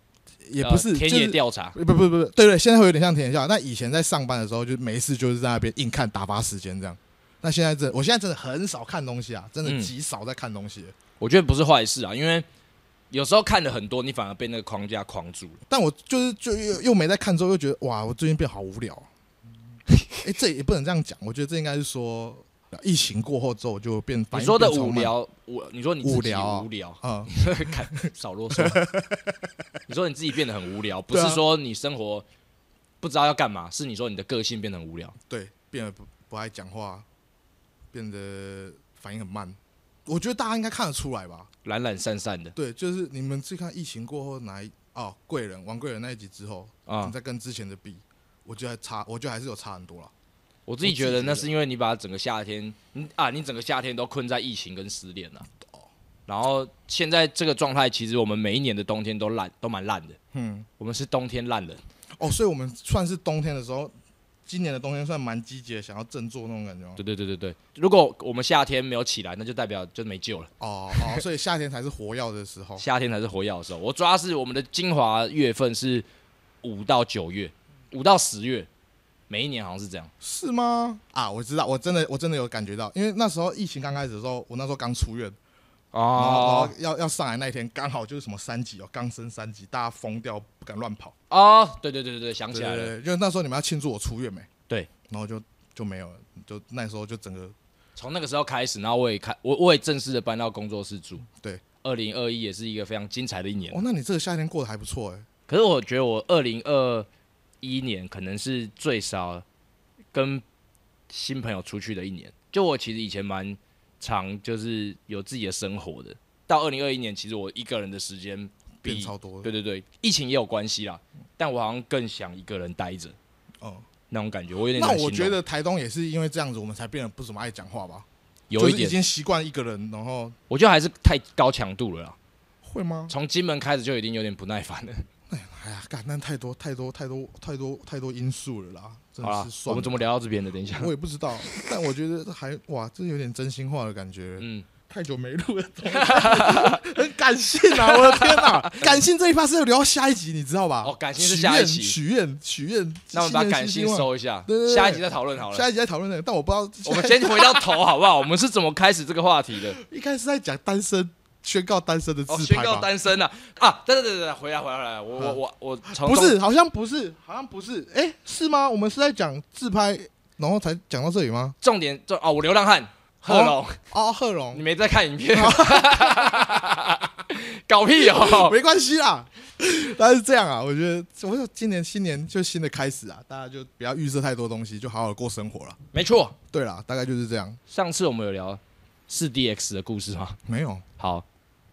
Speaker 2: 也不是、
Speaker 3: 呃
Speaker 2: 就
Speaker 3: 田
Speaker 2: 是
Speaker 3: 野调查，
Speaker 2: 不不不不，对对，现在会有点像田野调查。那以前在上班的时候，就没事就是在那边硬看打发时间这样。那现在真的，我现在真的很少看东西啊，真
Speaker 3: 嗯
Speaker 2: 的极少在看东西。
Speaker 3: 我觉得不是坏事啊，因为有时候看了很多，你反而被那个框架框住了。
Speaker 2: 但我就是就又又没在看之后，又觉得哇，我最近变好无 聊啊、哎、这也不能这样讲，我觉得这应该是说疫情过后之后，我就变
Speaker 3: 你说的
Speaker 2: 反应
Speaker 3: 无
Speaker 2: 变超慢
Speaker 3: 聊，我你说你自己
Speaker 2: 无聊啊
Speaker 3: 无聊，
Speaker 2: 啊、
Speaker 3: 看少啰嗦。你说你自己变得很无聊，不
Speaker 2: 对
Speaker 3: 是
Speaker 2: 啊
Speaker 3: 说你生活不知道要干嘛，是你说你的个性变得很无聊。
Speaker 2: 对，变得不不爱讲话，变得反应很慢。我觉得大家应该看得出来吧？
Speaker 3: 懒懒散散的
Speaker 2: 对，就是你们去看疫情过后哪一哦，贵人王贵人那一集之后，
Speaker 3: 啊、
Speaker 2: 你再跟之前的比，我觉得还差，我觉得还是有差很多了。
Speaker 3: 我自己觉得那是因为你把整个夏天，你啊，你整个夏天都困在疫情跟失恋了、然后现在这个状态，其实我们每一年的冬天都烂，都蛮烂的。
Speaker 2: 嗯，
Speaker 3: 我们是冬天烂人，
Speaker 2: 哦，所以我们算是冬天的时候，今年的冬天算蛮积极的，想要振作那种感觉吗。
Speaker 3: 对对对对对。如果我们夏天没有起来，那就代表就没救了。
Speaker 2: 哦哦，所以夏天才是活药的时 候。
Speaker 3: 夏天才是火药的时候。我抓是我们的精华月份是五到九月，五到十月，每一年好像是这样。
Speaker 2: 是吗？啊，我知道，我真的我真的有感觉到，因为那时候疫情刚开始的时候，我那时候刚出院，然后然
Speaker 3: 哦
Speaker 2: 后要要上来那一天，刚好就是什么三级哦，刚升三级，大家疯掉，不敢乱跑。
Speaker 3: 哦，对对对对对，想
Speaker 2: 对
Speaker 3: 起来
Speaker 2: 对
Speaker 3: 了，
Speaker 2: 对，因为那时候你们要庆祝我出院没？
Speaker 3: 对，
Speaker 2: 然后就就没有了，就那时候就整个
Speaker 3: 从那个时候开始，然后我也开我我也正式的搬到工作室住。
Speaker 2: 对，
Speaker 3: 二零二一也是一个非常精彩的一年
Speaker 2: 哦，。那你这个夏天过得还不错哎。
Speaker 3: 可是我觉得我二零二一年可能是最少跟新朋友出去的一年。就我其实以前蛮常就是有自己的生活的，到二零二一年，其实我一个人的时间
Speaker 2: 变
Speaker 3: 比
Speaker 2: 超多了，
Speaker 3: 对对对，疫情也有关系啦，但我好像更想一个人待着
Speaker 2: 哦、
Speaker 3: 那种感觉，我有点
Speaker 2: 那
Speaker 3: 难
Speaker 2: 我
Speaker 3: 形
Speaker 2: 觉
Speaker 3: 容
Speaker 2: 得台东也是因为这样子，我们才变得不怎么爱讲话吧？
Speaker 3: 有一
Speaker 2: 就是已
Speaker 3: 点，
Speaker 2: 经习惯一个人，然后
Speaker 3: 我觉得还是太高强度了啦。
Speaker 2: 会吗？
Speaker 3: 从金门开始就已经有点不耐烦了。
Speaker 2: 哎呀，干，那太多太多太多太多太多因素了啦，真
Speaker 3: 好啦
Speaker 2: 是，算了。
Speaker 3: 我们怎么聊到这边的？等一 下，
Speaker 2: 我也不知道，但我觉得还哇，这有点真心话的感觉。
Speaker 3: 嗯，
Speaker 2: 太久没录了，怎么很感性啊！我的天 哪、感性这一趴是要聊到下一集，你知道吧？
Speaker 3: 哦感性是下一集
Speaker 2: 许愿，许愿，许愿。
Speaker 3: 那我们把感
Speaker 2: 新
Speaker 3: 性
Speaker 2: 年新希望，
Speaker 3: 收一下
Speaker 2: 对对，对
Speaker 3: 下一集再讨论好了
Speaker 2: 下。一集再讨论那个，但我不知道。
Speaker 3: 我们先回到头好不好？我们是怎么开始这个话题的？
Speaker 2: 一开始在讲单身，宣告单身的
Speaker 3: 哦，
Speaker 2: 自
Speaker 3: 宣
Speaker 2: 拍
Speaker 3: 告
Speaker 2: 吧？哦
Speaker 3: 单身了啊！对对对对，回来回来回来，我我我我从
Speaker 2: 不是，好像不是，好像不是，哎、是吗？我们是在讲自拍，然后才讲到这里吗？
Speaker 3: 重点重哦，我流浪汉贺龙，
Speaker 2: 哦，贺
Speaker 3: 你
Speaker 2: 龙，
Speaker 3: 没在看影片？ 搞屁哦！
Speaker 2: 没关系啦。但是这样啊，我觉得，我说今年新年就新的开始啊，大家就不要预设太多东西，就好好过生活了。
Speaker 3: 没错，
Speaker 2: 对啦，大概就是这样。
Speaker 3: 上次我们有聊四 DX 的故事吗？
Speaker 2: 没有，
Speaker 3: 好，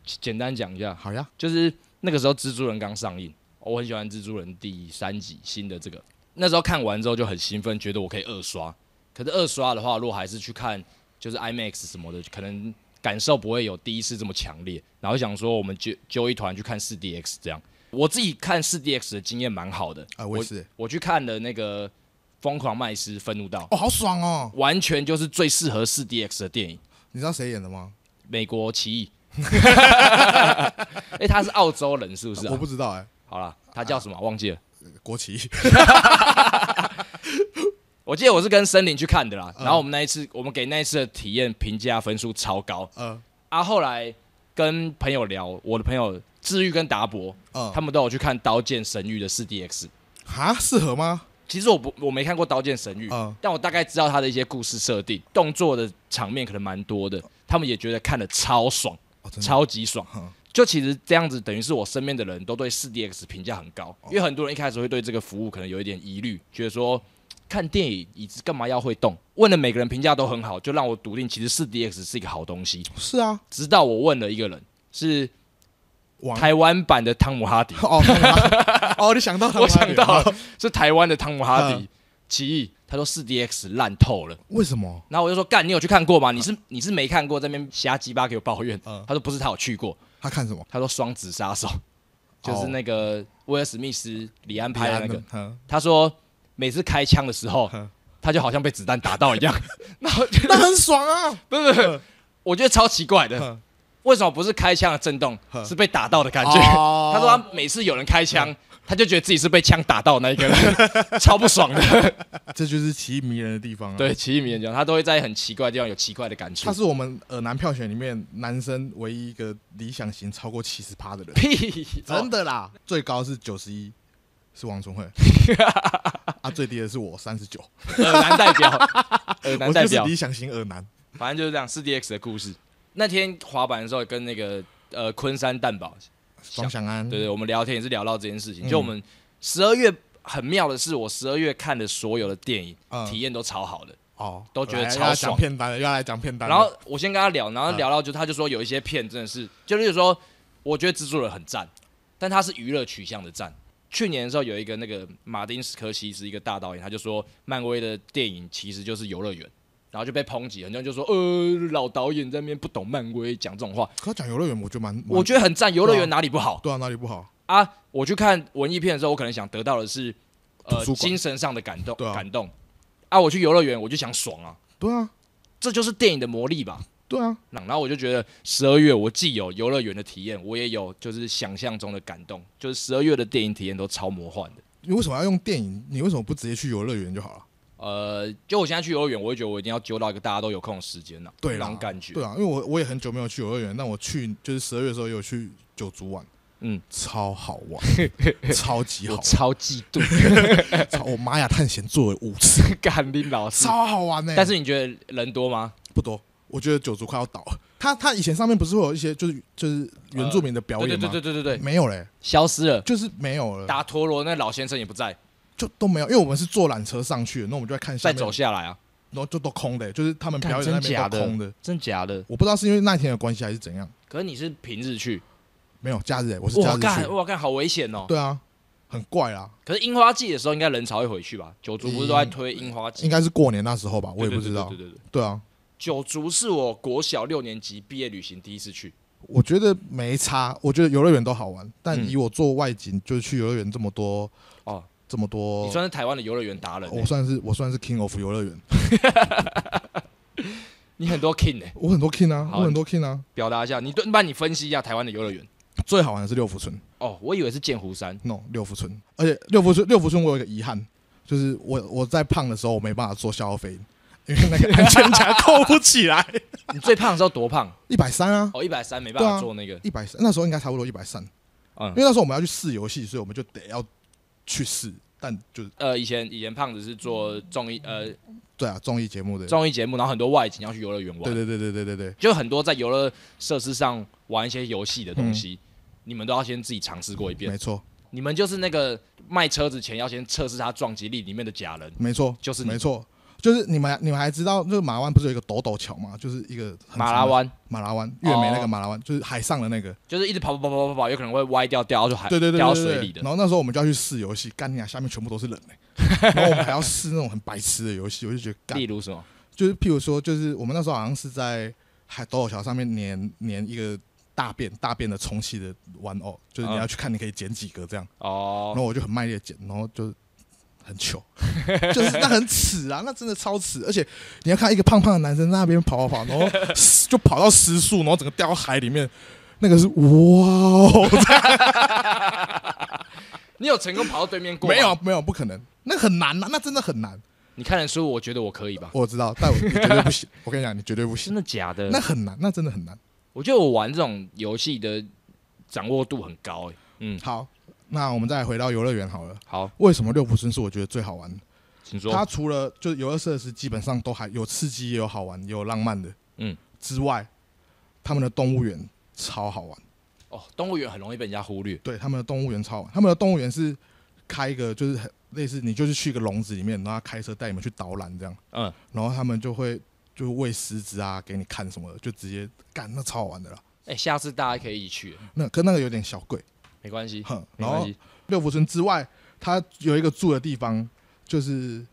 Speaker 3: 简单讲一下，
Speaker 2: 好呀，
Speaker 3: 就是那个时候蜘蛛人刚上映，哦我很喜欢蜘蛛人第三集新的这个，那时候看完之后就很兴奋，觉得我可以二刷。可是二刷的话，如果还是去看就是 IMAX 什么的，可能感受不会有第一次这么强烈。然后想说我们揪揪一团去看四 DX 这样。我自己看四 DX 的经验蛮好的，
Speaker 2: 啊，我也是。
Speaker 3: 我去看了那个《疯狂麦斯》愤怒到，
Speaker 2: 哦，好爽哦！
Speaker 3: 完全就是最适合四 DX 的电影。
Speaker 2: 你知道谁演的吗？
Speaker 3: 美国奇异。 哎、他是澳洲人是不是、啊？
Speaker 2: 我不知道哎、
Speaker 3: 好了，他叫什么？忘记了。
Speaker 2: 国 旗。
Speaker 3: 我记得我是跟森林去看的啦，然后我们那一次，我们给那一次的体验评价分数超高
Speaker 2: 呃
Speaker 3: 啊。后来跟朋友聊，我的朋友治愈跟达博，
Speaker 2: 呃，
Speaker 3: 他们都有去看《刀剑神域》的四 DX。
Speaker 2: 哈，适合吗？
Speaker 3: 其实我不我没看过《刀剑神域》
Speaker 2: 嗯
Speaker 3: 但我大概知道他的一些故事设定，动作的场面可能蛮多的。他们也觉得看的超爽，
Speaker 2: 哦，真的。
Speaker 3: 超级爽
Speaker 2: 嗯。
Speaker 3: 就其实这样子，等于是我身边的人都对四 DX 评价很高，
Speaker 2: 哦
Speaker 3: 因为很多人一开始会对这个服务可能有一点疑虑，觉得说看电影椅子干嘛要会动？问了每个人评价都很好，就让我笃定其实四 DX 是一个好东西。
Speaker 2: 是啊，
Speaker 3: 直到我问了一个人，是
Speaker 2: 王
Speaker 3: 台湾版的汤姆哈迪，
Speaker 2: 哦，他 们哦，你想到他
Speaker 3: 我
Speaker 2: 们
Speaker 3: 想到了是台湾的汤姆哈迪
Speaker 2: 嗯
Speaker 3: 奇异，他说四 DX 烂透了。
Speaker 2: 为什么？
Speaker 3: 然后我就说干，你有去看过吗？你是你是没看过，在那边瞎鸡巴给我抱怨。
Speaker 2: 嗯
Speaker 3: 他说不是，他有去过。
Speaker 2: 他看什么？
Speaker 3: 他说《双子杀手》，
Speaker 2: 哦
Speaker 3: 就是那个威尔史密斯、李安拍的那个。
Speaker 2: 个，
Speaker 3: 他说每次开枪的时候
Speaker 2: 嗯，
Speaker 3: 他就好像被子弹打到一 样。然后我觉得
Speaker 2: 那很爽啊！
Speaker 3: 不是不是，我觉得超奇怪的
Speaker 2: 嗯，
Speaker 3: 为什么不是开枪的震动，
Speaker 2: 嗯
Speaker 3: 是被打到的感觉？
Speaker 2: 哦嗯
Speaker 3: 他说他每次有人开枪，他就觉得自己是被枪打到的那一 个人，超不爽
Speaker 2: 嗯
Speaker 3: 的。
Speaker 2: 这就是奇异迷人的地方啊。，
Speaker 3: 对，奇异名人讲，他都会在很奇怪的地方有奇怪的感触
Speaker 2: 他。是我们呃男票选里面男生唯一一个理想型超过七十趴 的人，
Speaker 3: 屁，
Speaker 2: 真的啦，最高是九十一，是王 春慧，啊，最低的是我三十九，
Speaker 3: 耳男代表，耳 男
Speaker 2: 我
Speaker 3: 代
Speaker 2: 就是
Speaker 3: 表
Speaker 2: 理，想型二男。
Speaker 3: 反正就是这样。四 DX 的故事，那天滑板的时候跟那个呃昆山蛋堡，
Speaker 2: 庄祥安，
Speaker 3: 对对，我们聊天也是聊到这件事情。
Speaker 2: 嗯
Speaker 3: 就我们十二月很妙的是，我十二月看的所有的电影、
Speaker 2: 嗯
Speaker 3: 体验都超好的。
Speaker 2: 哦，
Speaker 3: 都觉得
Speaker 2: 来
Speaker 3: 超
Speaker 2: 又要
Speaker 3: 爽
Speaker 2: 讲片单了，又要来讲片单了。
Speaker 3: 然后我先跟他聊，
Speaker 2: 嗯
Speaker 3: 然后聊到就他就说有一些片真的是，就是说我觉得蜘蛛人很赞，但他是娱乐取向的赞。去年的时候有一个那个马丁斯科西斯一个大导演，他就说漫威的电影其实就是游乐园，然后就被抨击，很多人就说呃老导演在那边不懂漫威讲这种话，
Speaker 2: 可讲游乐园，我就蛮，蛮
Speaker 3: 我觉得很赞，游乐
Speaker 2: 对啊
Speaker 3: 园哪里不好
Speaker 2: 对啊，哪里不好？
Speaker 3: 啊？我去看文艺片的时候，我可能想得到的是
Speaker 2: 图
Speaker 3: 呃
Speaker 2: 书馆
Speaker 3: 精神上的感动
Speaker 2: 对啊
Speaker 3: 感动啊，我去游乐园我就想爽啊，
Speaker 2: 对啊，
Speaker 3: 这就是电影的魔力吧。
Speaker 2: 对啊，
Speaker 3: 然后我就觉得十二月我既有游乐园的体验，我也有就是想象中的感动，就是十二月的电影体验都超魔幻的。
Speaker 2: 你为什么要用电影？你为什么不直接去游乐园就好了？
Speaker 3: 呃，就我现在去游乐园，我会觉得我一定要揪到一个大家都有空的时间呐、
Speaker 2: 对
Speaker 3: 那
Speaker 2: 啦
Speaker 3: 种，感觉。
Speaker 2: 对啊，因为我我也很久没有去游乐园，但我去就是十二月的时候也有去九族玩，
Speaker 3: 嗯，
Speaker 2: 超好 玩，超级好
Speaker 3: 我
Speaker 2: 玩，
Speaker 3: 超嫉妒，
Speaker 2: 超我玛雅探险做了五次，
Speaker 3: 甘霖老师。
Speaker 2: 超好玩呢、欸
Speaker 3: 但是你觉得人多吗？
Speaker 2: 不多，我觉得九族快要倒了。他他以前上面不是会有一些就是就是原住民的表
Speaker 3: 对
Speaker 2: 演
Speaker 3: 对
Speaker 2: 吗？
Speaker 3: 对对对对对，
Speaker 2: 没有嘞，
Speaker 3: 消失了。
Speaker 2: 就是没有了，
Speaker 3: 打陀螺那老先生也不在，
Speaker 2: 就都没有，因为我们是坐缆车上去的，那我们就在看下
Speaker 3: 再
Speaker 2: 面，
Speaker 3: 走下来啊？
Speaker 2: 然后就都空的、就是他们
Speaker 3: 干
Speaker 2: 表演那
Speaker 3: 真
Speaker 2: 边
Speaker 3: 假
Speaker 2: 都
Speaker 3: 的
Speaker 2: 空的。
Speaker 3: 真假的？
Speaker 2: 我不知道是因为那一天的关系还是怎样，
Speaker 3: 可是你是平日去，
Speaker 2: 没有假日、欸，我是假
Speaker 3: 哇
Speaker 2: 日
Speaker 3: 干
Speaker 2: 去，
Speaker 3: 哇干，好危险哦！
Speaker 2: 对啊，很怪啦，
Speaker 3: 可是樱花季的时候，应该人潮会回去吧？九族不是都在推樱花季
Speaker 2: 应？该是过年那时候吧，我也不知道
Speaker 3: 对，对对对对对
Speaker 2: 对啊，
Speaker 3: 九族是我国小六年级毕业旅行第一次去，
Speaker 2: 我觉得没差，我觉得游乐园都好玩，但
Speaker 3: 嗯
Speaker 2: 以我做外景，就是去游乐园这么多
Speaker 3: 哦，
Speaker 2: 这么多
Speaker 3: 你，算是台湾的游乐园达人欸、
Speaker 2: 哦我算是我算是 king of 游乐园，
Speaker 3: 你很多 king 哎、
Speaker 2: 我很多 king 啊，
Speaker 3: 好
Speaker 2: 我很多 king 啊，
Speaker 3: 表达一下，你对，帮你分析一下台湾的游乐园。
Speaker 2: 最好玩的是六福村
Speaker 3: 哦，我以为是剑 湖山，
Speaker 2: ，no 六福村，而且六福村六福村我有一个遗憾，就是我我在胖的时候我没办法做消费，因为那个安全夹扣不起来，
Speaker 3: 你最胖的时候多胖？
Speaker 2: 一百三啊，
Speaker 3: 哦，一百三没办
Speaker 2: 对啊
Speaker 3: 法做那个，
Speaker 2: 一百三，那时候应该差不多一百三，因
Speaker 3: 嗯，
Speaker 2: 为那时候我们要去试游戏，所以我们就得要去试，但就是
Speaker 3: 呃，以前以前胖子是做综艺呃
Speaker 2: 对啊，综艺节目的，
Speaker 3: 综艺节目，然后很多外景要去游乐园玩，
Speaker 2: 对对对对对对对，
Speaker 3: 就很多在游乐设施上玩一些游戏的东西，你们都要先自己尝试过一
Speaker 2: 嗯
Speaker 3: 遍
Speaker 2: 没。错
Speaker 3: 你们就是那个卖车子前要先测试它撞击力里面的假人，
Speaker 2: 没错，
Speaker 3: 就是你
Speaker 2: 没错。就是你们，你们还知道，就是马湾不是有一个斗斗桥嘛？就是一个很
Speaker 3: 马
Speaker 2: 长
Speaker 3: 拉
Speaker 2: 的
Speaker 3: 湾。
Speaker 2: 马拉湾，月美那个
Speaker 3: 哦
Speaker 2: 马拉湾，就是海上的那个，
Speaker 3: 就是一直跑跑跑跑跑跑，有可能会歪掉掉到海，
Speaker 2: 对对对
Speaker 3: 掉到
Speaker 2: 对
Speaker 3: 哎水
Speaker 2: 对对。
Speaker 3: 里的
Speaker 2: 然。后那时候我们就要去试游戏，干你啊，下面全部都是人欸 然后我们还要试那种很白痴的游戏，我就觉得干
Speaker 3: 例，如什么？
Speaker 2: 就是譬如说，就是我们那时候好像是在海斗斗桥上面粘粘一个大便大便的充气的玩偶，就是你
Speaker 3: 嗯
Speaker 2: 要去看你可以捡几个这样。然
Speaker 3: 哦，
Speaker 2: 后我就很卖力的捡，然后就很糗， 就是那很耻啊，那真的超耻。而且你要看一个胖胖的男生在那边跑跑跑，然后就跑到失速，然后整个掉到海里面，那个是哇哦，
Speaker 3: 你有成功跑到对面过？
Speaker 2: 没有，没有不可能，那很难啊，那真的很难。
Speaker 3: 你看得书，我觉得我可以吧？
Speaker 2: 我知道，但我 你绝对不行，我跟你讲，你绝对不
Speaker 3: 真
Speaker 2: 行，
Speaker 3: 的假的？
Speaker 2: 那很难，那真的很难。
Speaker 3: 我觉得我玩这种游戏的掌握度很高诶。嗯，
Speaker 2: 好，那我们再回到游乐园好了。
Speaker 3: 好，
Speaker 2: 为什么六福村是我觉得最好玩的？
Speaker 3: 请说。
Speaker 2: 它除了就是游乐设施，基本上都还有刺激，也有好玩，也有浪漫的，
Speaker 3: 嗯，
Speaker 2: 之外，他们的动物园超好玩，
Speaker 3: 哦，动物园很容易被人家忽略。
Speaker 2: 对，他们的动物园超好玩，他们的动物园是开一个就是很类似，你就是去一个笼子里面，然后他开车带你们去导览这样，
Speaker 3: 嗯，
Speaker 2: 然后他们就会就喂狮子啊，给你看什么的，就直接干，那超好玩的啦。
Speaker 3: 哎，下次大家可以一起去，
Speaker 2: 那跟那个有点小贵，
Speaker 3: 没关系，
Speaker 2: 哼，
Speaker 3: 嗯没
Speaker 2: 然
Speaker 3: 关
Speaker 2: 后
Speaker 3: 系。
Speaker 2: 六福村之外，它有一个住的地方，就是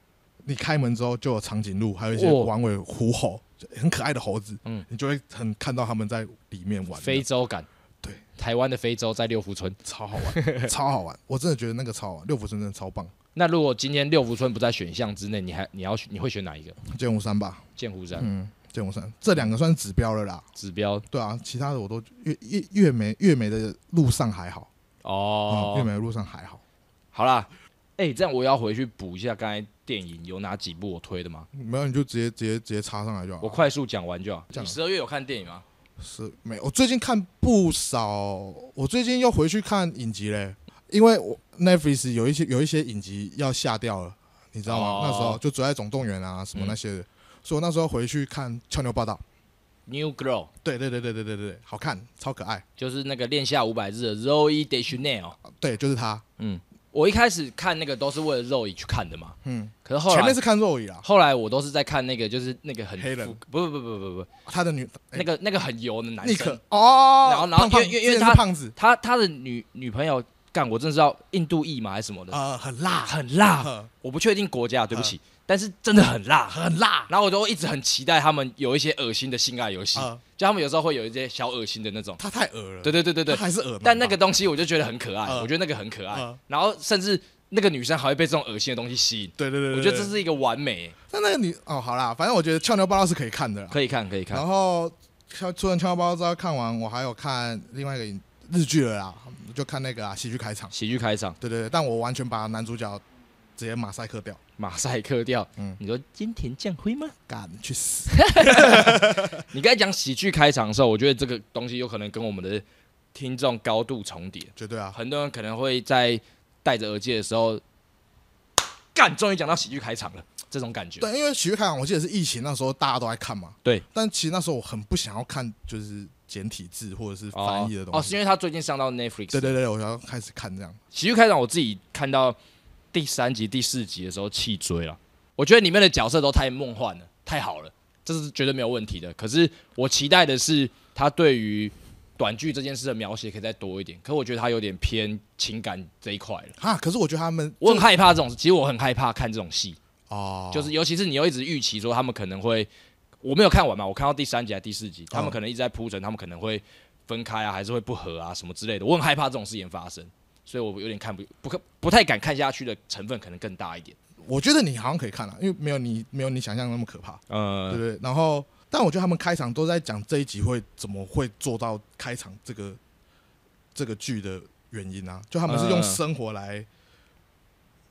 Speaker 2: 你开门之后就有长颈鹿，还有一些
Speaker 3: 哦
Speaker 2: 玩尾狐猴，就很可爱的猴子，
Speaker 3: 嗯
Speaker 2: 你就会很看到他们在里面玩，
Speaker 3: 非洲感，
Speaker 2: 对，
Speaker 3: 台湾的非洲在六福村。
Speaker 2: 超好玩， 超好玩，我真的觉得那个超好玩，六福村真的超棒，
Speaker 3: 那如果今天六福村不在选项之内，你还你要选你会选哪一个？
Speaker 2: 剑湖山吧，
Speaker 3: 剑湖山
Speaker 2: 嗯，剑湖山这两个算是指标了啦，
Speaker 3: 指标
Speaker 2: 对啊，其他的我都月月月美月美的路上还好，
Speaker 3: 哦
Speaker 2: 哦，，月美的路上还好，
Speaker 3: 好啦，哎、这样我也要回去补一下刚才电影有哪几部我推的吗？
Speaker 2: 没有你就直接直接直接插上来就好
Speaker 3: 我
Speaker 2: 了。
Speaker 3: 快速讲完就好。
Speaker 2: 哦这样
Speaker 3: 你十二月有看电影吗？
Speaker 2: 是没，我最近看不少，我最近又回去看影集嘞，因为我 Netflix 有一些有一些影集要下掉了，你知道吗？
Speaker 3: 哦
Speaker 2: 那时候就《只爱总动员》啊什么那些的，所以我那时候回去看《俏妞报道》，
Speaker 3: New Girl
Speaker 2: 对对对对对对对，好看，超可爱，
Speaker 3: 就是那个恋下五百日的 Zoe Deschanel。
Speaker 2: 对，就是他，
Speaker 3: 嗯，我一开始看那个都是为了 Zoe 去看的嘛，
Speaker 2: 嗯，
Speaker 3: 可是后
Speaker 2: 前
Speaker 3: 来
Speaker 2: 面是看肉椅啦，
Speaker 3: 后来我都是在看那个就是那个很
Speaker 2: 黑人
Speaker 3: 复不不不不不不，
Speaker 2: 他的女
Speaker 3: 那个那个很油的男
Speaker 2: 尼
Speaker 3: 生
Speaker 2: 克，哦，
Speaker 3: 然后然
Speaker 2: 胖
Speaker 3: 后
Speaker 2: 胖
Speaker 3: 因为因为因为
Speaker 2: 之前是
Speaker 3: 他
Speaker 2: 胖子，
Speaker 3: 他他的女女朋友干，我真的知道印度裔嘛还是什么的，
Speaker 2: 呃，很辣，
Speaker 3: 很辣，
Speaker 2: 呃
Speaker 3: 我不确定国家，对不起，但是真的很辣。
Speaker 2: 嗯很辣，
Speaker 3: 然后我就一直很期待他们有一些恶心的性爱游戏
Speaker 2: 啊，
Speaker 3: 就他们有时候会有一些小恶心的那种。
Speaker 2: 他太恶了，
Speaker 3: 对对对对对
Speaker 2: 他，还是恶男吧，
Speaker 3: 但那个东西我就觉得很可爱，
Speaker 2: 嗯
Speaker 3: 我觉得那个很可爱
Speaker 2: 嗯。
Speaker 3: 然后甚至那个女生还会被这种恶心的东西吸引，
Speaker 2: 对对对，对
Speaker 3: 我觉得这。
Speaker 2: 对
Speaker 3: 是一个完美，
Speaker 2: 但那个女哦，好啦，反正我觉得《俏妞报道》是可以看的啦。
Speaker 3: 可以看可以看
Speaker 2: 然。后像除了《俏妞报道》之外，看完我还有看另外一个影日剧了啦，就看那个啊喜剧开场。
Speaker 3: 喜剧开场，
Speaker 2: 对对对，但我完全把男主角直接马赛克掉，
Speaker 3: 马赛克掉。
Speaker 2: 嗯
Speaker 3: 你说金田将辉吗？
Speaker 2: 干去 死！
Speaker 3: 你刚才讲喜剧开场的时候，我觉得这个东西有可能跟我们的听众高度重叠。
Speaker 2: 绝对啊，
Speaker 3: 很多人可能会在戴着耳机的时候，干，终于讲到喜剧开场了，这种感觉。
Speaker 2: 对，因为喜剧开场我记得是疫情那时候大家都在看嘛。
Speaker 3: 对。
Speaker 2: 但其实那时候我很不想要看，就是简体字或者是翻译的
Speaker 3: 哦，
Speaker 2: 东
Speaker 3: 是
Speaker 2: 西。
Speaker 3: 因为他最近上到 Netflix。
Speaker 2: 对对对，我要开始看这样。
Speaker 3: 喜剧开场我自己看到第三集、第四集的时候气追了，我觉得里面的角色都太梦幻了，太好了，这是绝对没有问题的。可是我期待的是他对于短剧这件事的描写可以再多一点，可我觉得他有点偏情感这一块了。
Speaker 2: 哈，可是我觉得他们
Speaker 3: 我很害怕这种，其实我很害怕看这种戏，
Speaker 2: 哦，
Speaker 3: 就是尤其是你又一直预期说他们可能会，我没有看完嘛，我看到第三集还是第四
Speaker 2: 嗯
Speaker 3: 集，他们可能一直在铺陈，他们可能会分开啊，还是会不和啊什么之类的，我很害怕这种事情发生，所以我有点看不不可不太敢看下去的成分可能更大一点。
Speaker 2: 我觉得你好像可以看了，因为没有你没有你想象那么可怕，对
Speaker 3: 呃
Speaker 2: 不，对？然后，但我觉得他们开场都在讲这一集会怎么会做到开场这个这个剧的原因啊，就他们是用
Speaker 3: 嗯
Speaker 2: 生活来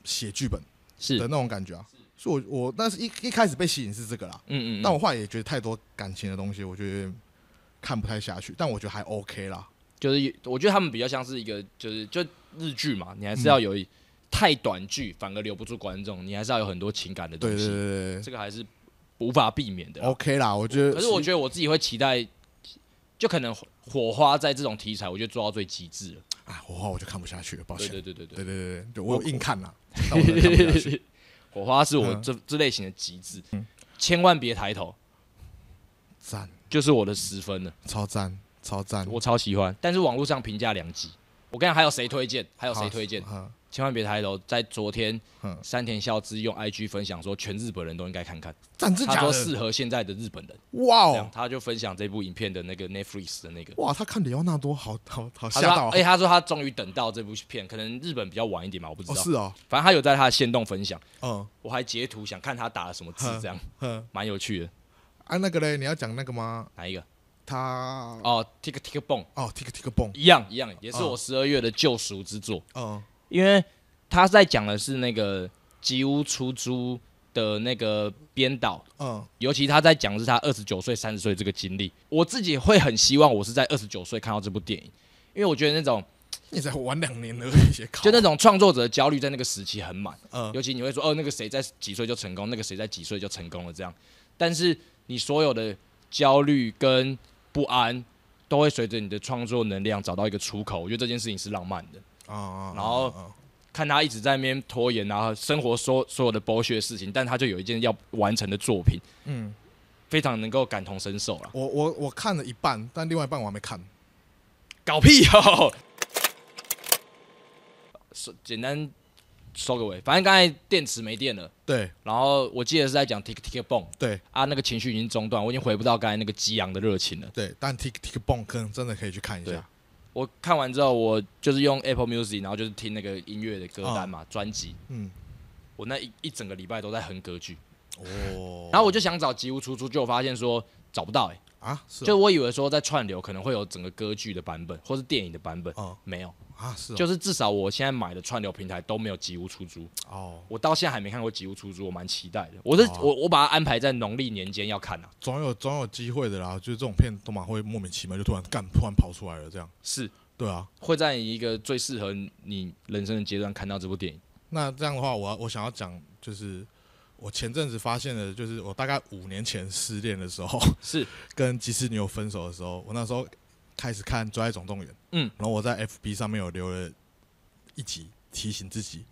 Speaker 2: 写剧本
Speaker 3: 是
Speaker 2: 的，那种感觉啊。所以我，我那是一一开始被吸引是这个啦，
Speaker 3: 嗯嗯，
Speaker 2: 但我后来也觉得太多感情的东西，我觉得有点看不太下去。但我觉得还 OK 啦，
Speaker 3: 就是我觉得他们比较像是一个就是就日剧嘛，你还是
Speaker 2: 嗯
Speaker 3: 要有一、太短剧反而留不住观众，你还是要有很多情感的东
Speaker 2: 对
Speaker 3: 西，
Speaker 2: 对对对
Speaker 3: 这个还是无法避免的啦。
Speaker 2: 对，OK 啦，我觉得。
Speaker 3: 可是我觉得我自己会期待，就可能火火花在这种题材，我觉得做到最极致了。
Speaker 2: 得啊，我我就看不下去了，抱
Speaker 3: 对
Speaker 2: 歉。
Speaker 3: 对对对对
Speaker 2: 对对对对，就我有硬看 啦，但我真的看不下去。
Speaker 3: 火花是我
Speaker 2: 嗯
Speaker 3: 这、这类型的极致，千万别抬头，
Speaker 2: 赞，
Speaker 3: 就是我的十分了，
Speaker 2: 超赞，超赞。
Speaker 3: 我超喜欢。但是网络上评价两极，我跟你讲还有谁推荐？还有谁推荐？
Speaker 2: 啊？
Speaker 3: 千万别抬头，在昨天
Speaker 2: 嗯
Speaker 3: 山田孝之用 IG 分享说，全日本人都应该看看，
Speaker 2: 赞真
Speaker 3: 他
Speaker 2: 假
Speaker 3: 说
Speaker 2: 的？
Speaker 3: 适合现在的日本人，
Speaker 2: 哇
Speaker 3: 这样
Speaker 2: 哦，
Speaker 3: 他就分享这部影片的那个 Netflix 的那个。
Speaker 2: 哇，他看里奥纳多好好好
Speaker 3: 他
Speaker 2: 吓
Speaker 3: 说
Speaker 2: 到
Speaker 3: 他，
Speaker 2: 哦
Speaker 3: 而且他说他终于等到这部片，可能日本比较晚一点嘛，我不知
Speaker 2: 哦，
Speaker 3: 道。
Speaker 2: 是哦，
Speaker 3: 反正他有在他的线动分享，
Speaker 2: 嗯
Speaker 3: 我还截图想看他打了什么字，这样
Speaker 2: 嗯，
Speaker 3: 蛮有趣的。
Speaker 2: 啊那个嘞，你要讲那个吗？
Speaker 3: 哪一个？
Speaker 2: 他
Speaker 3: 哦，Tick Tick Boom，
Speaker 2: 哦，tick tick boom，
Speaker 3: 一样一样，也是
Speaker 2: 嗯
Speaker 3: 我十二月的救赎之作，
Speaker 2: 嗯
Speaker 3: 因为他在讲的是那个吉屋出租的那个编导。
Speaker 2: 嗯，
Speaker 3: 尤其他在讲的是他二十九岁、三十岁这个经历，我自己会很希望我是在二十九岁看到这部电影，因为我觉得那种
Speaker 2: 你才玩两年而 已，也靠
Speaker 3: 就那种创作者的焦虑在那个时期很满，
Speaker 2: 嗯
Speaker 3: 尤其你会说，哦，那个谁在几岁就成功，那个谁在几岁就成功了这样，但是你所有的焦虑跟不安都会随着你的创作能量找到一个出口。我觉得这件事情是浪漫的。
Speaker 2: 啊啊，
Speaker 3: 然后
Speaker 2: 啊
Speaker 3: 看他一直在那边拖延，然后生活所所有的剥削的事情，但他就有一件要完成的作品，
Speaker 2: 嗯，
Speaker 3: 非常能够感同身受了。
Speaker 2: 我我我看了一半，但另外一半我还没看。
Speaker 3: 搞屁哦！ 收简单收个尾，反正刚才电池没电了，
Speaker 2: 对
Speaker 3: 然后我记得是在讲 tick tick boom，
Speaker 2: 对
Speaker 3: 啊，那个情绪已经中断，我已经回不到刚才那个激昂的热情了。
Speaker 2: 对，但 tick tick boom 可能真的可以去看一
Speaker 3: 对
Speaker 2: 下。
Speaker 3: 我看完之后，我就是用 Apple Music，然后就是听那个音乐的歌单嘛，专辑。
Speaker 2: 嗯，
Speaker 3: 我那一一整个礼拜都在哼歌剧，
Speaker 2: 哦，
Speaker 3: 然后我就想找吉屋出租，就发现说找不到、欸，
Speaker 2: 啊，是
Speaker 3: 就
Speaker 2: 哦
Speaker 3: 我以为说在串流可能会有整个歌剧的版本或是电影的版本，
Speaker 2: 嗯
Speaker 3: 没有，
Speaker 2: 啊是哦
Speaker 3: 就是至少我现在买的串流平台都没有吉屋出租，
Speaker 2: 哦，
Speaker 3: 我到现在还没看过吉屋出租，我蛮期待的。我是、
Speaker 2: 哦
Speaker 3: 我我把它安排在农历年间要看啊，
Speaker 2: 总有总有机会的啦。就是这种片都蛮会莫名其妙就突然干，突然跑出来了这样。
Speaker 3: 是
Speaker 2: 对啊，
Speaker 3: 会在一个最适合你人生的阶段看到这部电影。
Speaker 2: 那这样的话，我要我想要讲就是。我前阵子发现的，就是我大概五年前失恋的时候，
Speaker 3: 是
Speaker 2: 跟吉斯女友分手的时候，我那时候开始看《追爱总动员》，
Speaker 3: 嗯，
Speaker 2: 然后我在 FB 上面有留了一集提醒自己，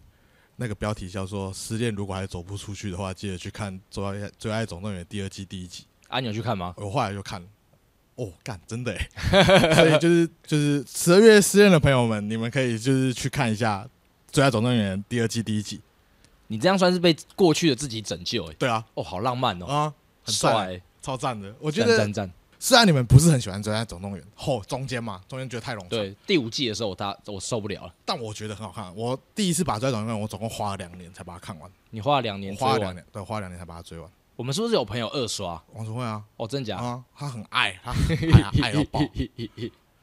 Speaker 2: 那个标题叫做“失恋如果还走不出去的话，记得去看《追爱追爱总动员》第二季第一集
Speaker 3: 啊，你有去看吗”。？
Speaker 2: 我后来就看了，哦，干，真的哎！ 所以就是就是十二月失恋的朋友们，你们可以就是去看一下《最爱总动员》第二季第一集。
Speaker 3: 你这样算是被过去的自己拯救哎、
Speaker 2: 对啊，
Speaker 3: 哦，好浪漫哦，
Speaker 2: 啊，很
Speaker 3: 帅、
Speaker 2: 帅，
Speaker 3: 欸，
Speaker 2: 超赞的。我
Speaker 3: 我
Speaker 2: 觉得
Speaker 3: 赞赞。
Speaker 2: 虽然你们不是很喜欢《最爱总动员》，后中间嘛，中间觉得太冗长，
Speaker 3: 对，第五季的时候我大我受不了了，
Speaker 2: 但我觉得很好看。我第一次把《最爱总动员》，我总共花了两年才把它看完，
Speaker 3: 你花了两年
Speaker 2: 我
Speaker 3: 追
Speaker 2: 花了
Speaker 3: 完，
Speaker 2: 两年，对，花了两年才把它追完。
Speaker 3: 我们是不是有朋友二刷？
Speaker 2: 王楚慧啊，
Speaker 3: 哦，真假？
Speaker 2: 啊，他很爱，他很爱啊 爱到爆。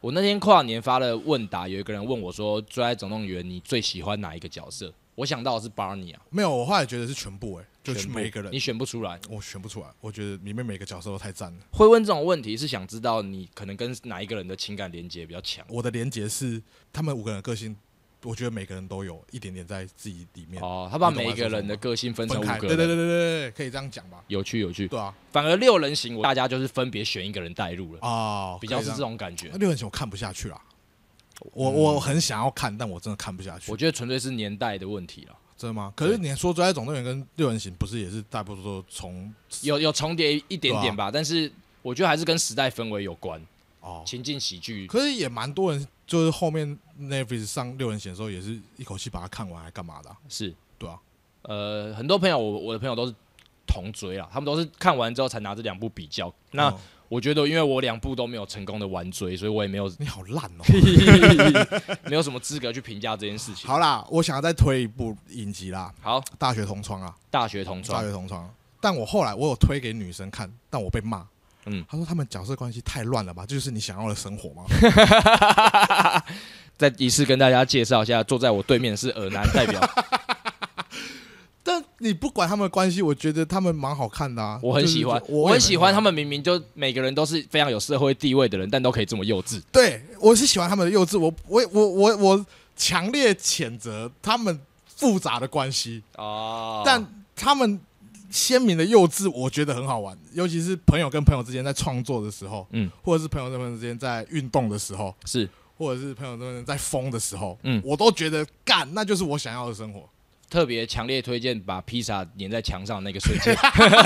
Speaker 3: 我那天跨年发了问答，有一个人问我说，《最爱总动员》你最喜欢哪一个角色？我想到的是 Barney 啊，
Speaker 2: 没有，我后来觉得是全部哎、就
Speaker 3: 全
Speaker 2: 是
Speaker 3: 部
Speaker 2: 每一个人
Speaker 3: 你，选不出来。
Speaker 2: 我选不出来。我觉得里面每个角色都太赞了。
Speaker 3: 会问这种问题是想知道你可能跟哪一个人的情感连接比较强
Speaker 2: 我的连结是他们五个人的个性，我觉得每个人都有一点点在自己里面
Speaker 3: 哦。他把每一个人的个性分成
Speaker 2: 分
Speaker 3: 五
Speaker 2: 开。对
Speaker 3: 个人
Speaker 2: 对对对对对，可以这样讲吧？
Speaker 3: 有趣有趣。
Speaker 2: 对啊，
Speaker 3: 反而六人行，我大家就是分别选一个人带入了，
Speaker 2: 哦，
Speaker 3: 比较
Speaker 2: 可
Speaker 3: 是
Speaker 2: 以
Speaker 3: 这
Speaker 2: 样。
Speaker 3: 种感觉。
Speaker 2: 六人行我看不下去啦，啊我我很想要看，但我真的看不下去
Speaker 3: 嗯我。觉得纯粹是年代的问题了，
Speaker 2: 真的吗？可是你说《最爱总动员》跟六人行不是也是大部分都从
Speaker 3: 有有重叠一点
Speaker 2: 啊
Speaker 3: 点吧，但是我觉得还是跟时代氛围有关，
Speaker 2: 哦？
Speaker 3: 情境喜剧。
Speaker 2: 可是也蛮多人就是后面 Netflix 上六人行的时候也是一口气把它看完，还干嘛的啊、
Speaker 3: 是，
Speaker 2: 对啊，
Speaker 3: 呃，很多朋友，我我的朋友都是同追啦，他们都是看完之后才拿这两部比较。那
Speaker 2: 哦
Speaker 3: 我觉得，因为我两部都没有成功的完追，所以我也 没有
Speaker 2: 你好烂 哦。
Speaker 3: 没有什么资格去评价这件事情。
Speaker 2: 好啦，我想要再推一部影集啦，
Speaker 3: 好，
Speaker 2: 《大学同窗》啊。
Speaker 3: 大学同
Speaker 2: 大
Speaker 3: 窗
Speaker 2: 学同窗。但我后来我有推给女生看，但我被骂。
Speaker 3: 嗯
Speaker 2: 嗯，他说他们角色关系太乱了吧？这就是你想要的生活吗？
Speaker 3: 再一次跟大家介绍一下，坐在我对面的是尔南代表，
Speaker 2: 但你不管他们的关系，我觉得他们蛮好看的啊。
Speaker 3: 我很喜欢，
Speaker 2: 就是
Speaker 3: 我很喜欢他
Speaker 2: 们。
Speaker 3: 们。明明就每个人都是非常有社会地位的人，但都可以这么幼稚。
Speaker 2: 对，我是喜欢他们的幼稚。我我我我我强烈谴责他们复杂的关系，
Speaker 3: 哦
Speaker 2: 但他们鲜明的幼稚，我觉得很好玩。尤其是朋友跟朋友之间在创作的时候，
Speaker 3: 嗯
Speaker 2: 嗯，或者是朋友跟朋友之间在运动的时候，
Speaker 3: 是
Speaker 2: 或者是朋友真的在疯的时候，
Speaker 3: 嗯
Speaker 2: 嗯，我都觉得干，那就是我想要的生活。
Speaker 3: 特别强烈推荐把披萨粘在墙上的那个瞬间，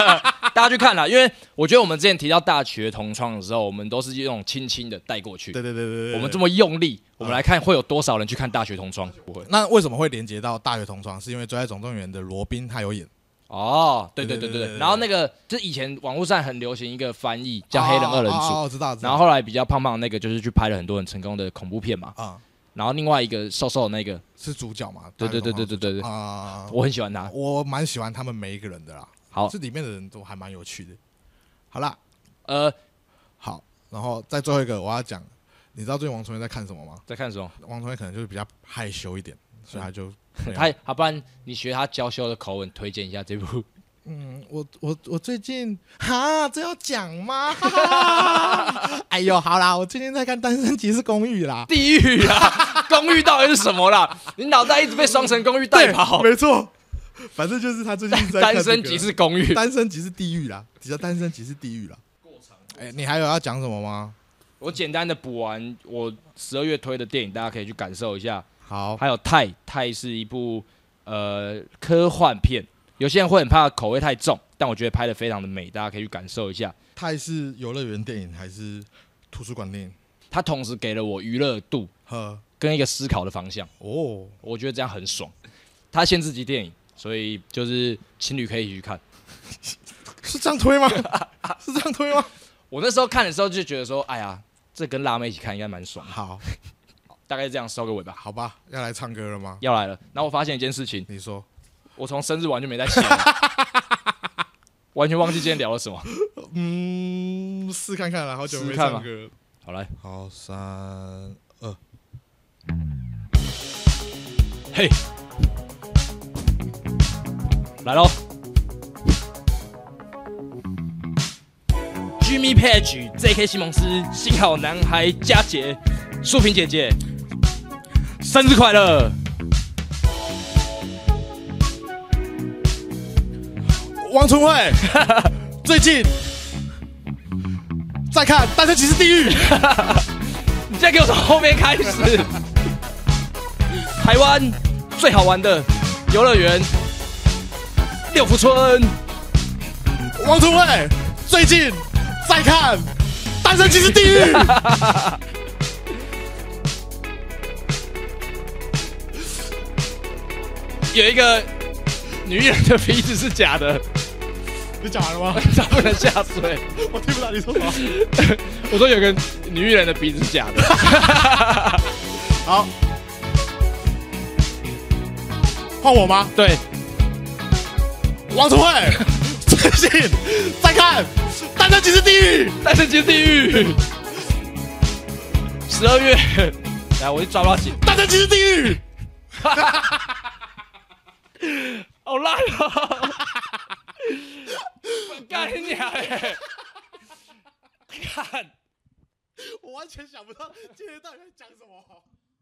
Speaker 3: 大家去看啦。因为我觉得我们之前提到大学同窗的时候，我们都是用轻轻的带过去。
Speaker 2: 对对对对对，
Speaker 3: 我们这
Speaker 2: 么
Speaker 3: 么用力，我们来看会有多少人去看大学同窗？不会
Speaker 2: 那为什么会连接到大学同窗？是因为《追爱总动员》的罗宾他有演
Speaker 3: 哦，对对对
Speaker 2: 对
Speaker 3: 对
Speaker 2: 对
Speaker 3: 对。
Speaker 2: 对
Speaker 3: 然后那个就是以前网络上很流行一个翻译叫黑人二人
Speaker 2: 哦哦
Speaker 3: 组，
Speaker 2: 哦我知道，知道
Speaker 3: 然后后来比较胖胖的那个就是去拍了很多很成功的恐怖片嘛，
Speaker 2: 啊
Speaker 3: 然后另外一个瘦瘦的那个，
Speaker 2: 是主角嘛？
Speaker 3: 对对对对对对对
Speaker 2: 大学同窗是主角，啊，
Speaker 3: 我很喜欢他。
Speaker 2: 我蛮喜欢他们每一个人的啦。
Speaker 3: 好，
Speaker 2: 这里面的人都还蛮有趣的。好啦，
Speaker 3: 呃，
Speaker 2: 好，然后再最后一个我要讲，你知道最近王重元在看什么吗？
Speaker 3: 在看什么？
Speaker 2: 王重元可能就是比较害羞一点，所以他就没有
Speaker 3: 他好，不然你学他娇羞的口吻推荐一下这部。
Speaker 2: 嗯，我我我最近哈，这要讲 吗？哈哈哈哎呦，好啦，我最近在看《单身即是公寓》 啦。
Speaker 3: 地狱啦， 公寓到底是什么啦？你脑袋一直被双层公寓带跑。
Speaker 2: 没错，反正就是他最近一直在看、
Speaker 3: 单身即，是公寓，
Speaker 2: 单身即是地狱啦，比较单身即是地狱啦。哎、你还有要讲什么吗？
Speaker 3: 我简单的补完我十二月推的电影，大家可以去感受一下。
Speaker 2: 好，
Speaker 3: 还有泰泰是一部呃科幻片，有些人会很怕口味太重，但我觉得拍的非常的美，大家可以去感受一下。
Speaker 2: 泰是游乐园电影还是图书馆电影？
Speaker 3: 它同时给了我娱乐度
Speaker 2: 呵，
Speaker 3: 跟一个思考的方向，
Speaker 2: 哦，
Speaker 3: 我觉得这样很爽。它限制级电影，所以就是情侣可以一起去看。
Speaker 2: 是这样推 吗？是这样推吗？
Speaker 3: 我那时候看的时候就觉得说，哎呀，这跟辣妹一起看应该蛮爽的，
Speaker 2: 好，
Speaker 3: 大概这样收个尾吧。
Speaker 2: 好吧，要来唱歌了吗？
Speaker 3: 要来了，然后我发现一件事情，
Speaker 2: 你说，
Speaker 3: 我从生日完就没在写了，完全忘记今天聊了什么。
Speaker 2: 嗯，试看看啦，好久
Speaker 3: 试
Speaker 2: 没
Speaker 3: 看吧
Speaker 2: 唱歌了。
Speaker 3: 好来，
Speaker 2: 好，三二，
Speaker 3: 嘿，来喽。Jimmy Page、J.K. 西蒙斯、幸好男孩、佳杰、素萍姐姐，生日快乐！
Speaker 2: 王春 慧，最近在看《单身即是地狱》，
Speaker 3: 你再给我从后面开始。 台湾最好玩的游乐园，六福村。
Speaker 2: 王春慧最近在看《单身即是地狱。
Speaker 3: 有一个女人的鼻子是假的，
Speaker 2: 你讲完了吗？
Speaker 3: 她不能下水。
Speaker 2: 我听不到你说什么。
Speaker 3: 我说有个女人的鼻子是假的，
Speaker 2: 好，换我吗？
Speaker 3: 对，
Speaker 2: 王聪慧，自信，再看，单身即是地狱。
Speaker 3: 但是进地狱。十二月，来，我就抓不到紧，
Speaker 2: 大家即是地狱。
Speaker 3: 好烂 啊！干你啊哎娘嘞！看。
Speaker 2: 我完全想不到今天到底在讲什么。